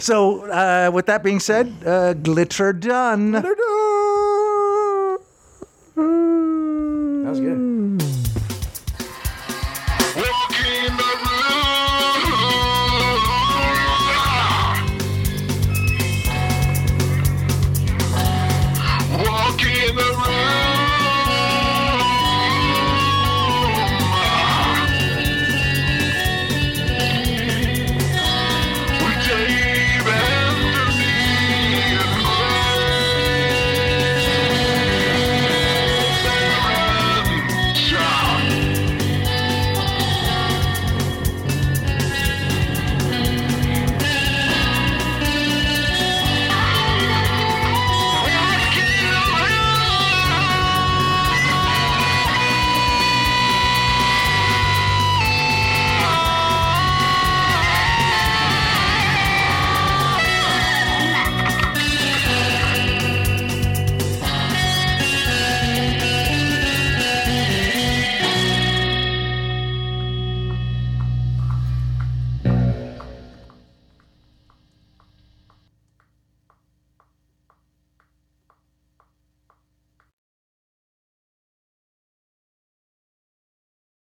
B: So uh, with that being said, uh, glitter done. Glitter done.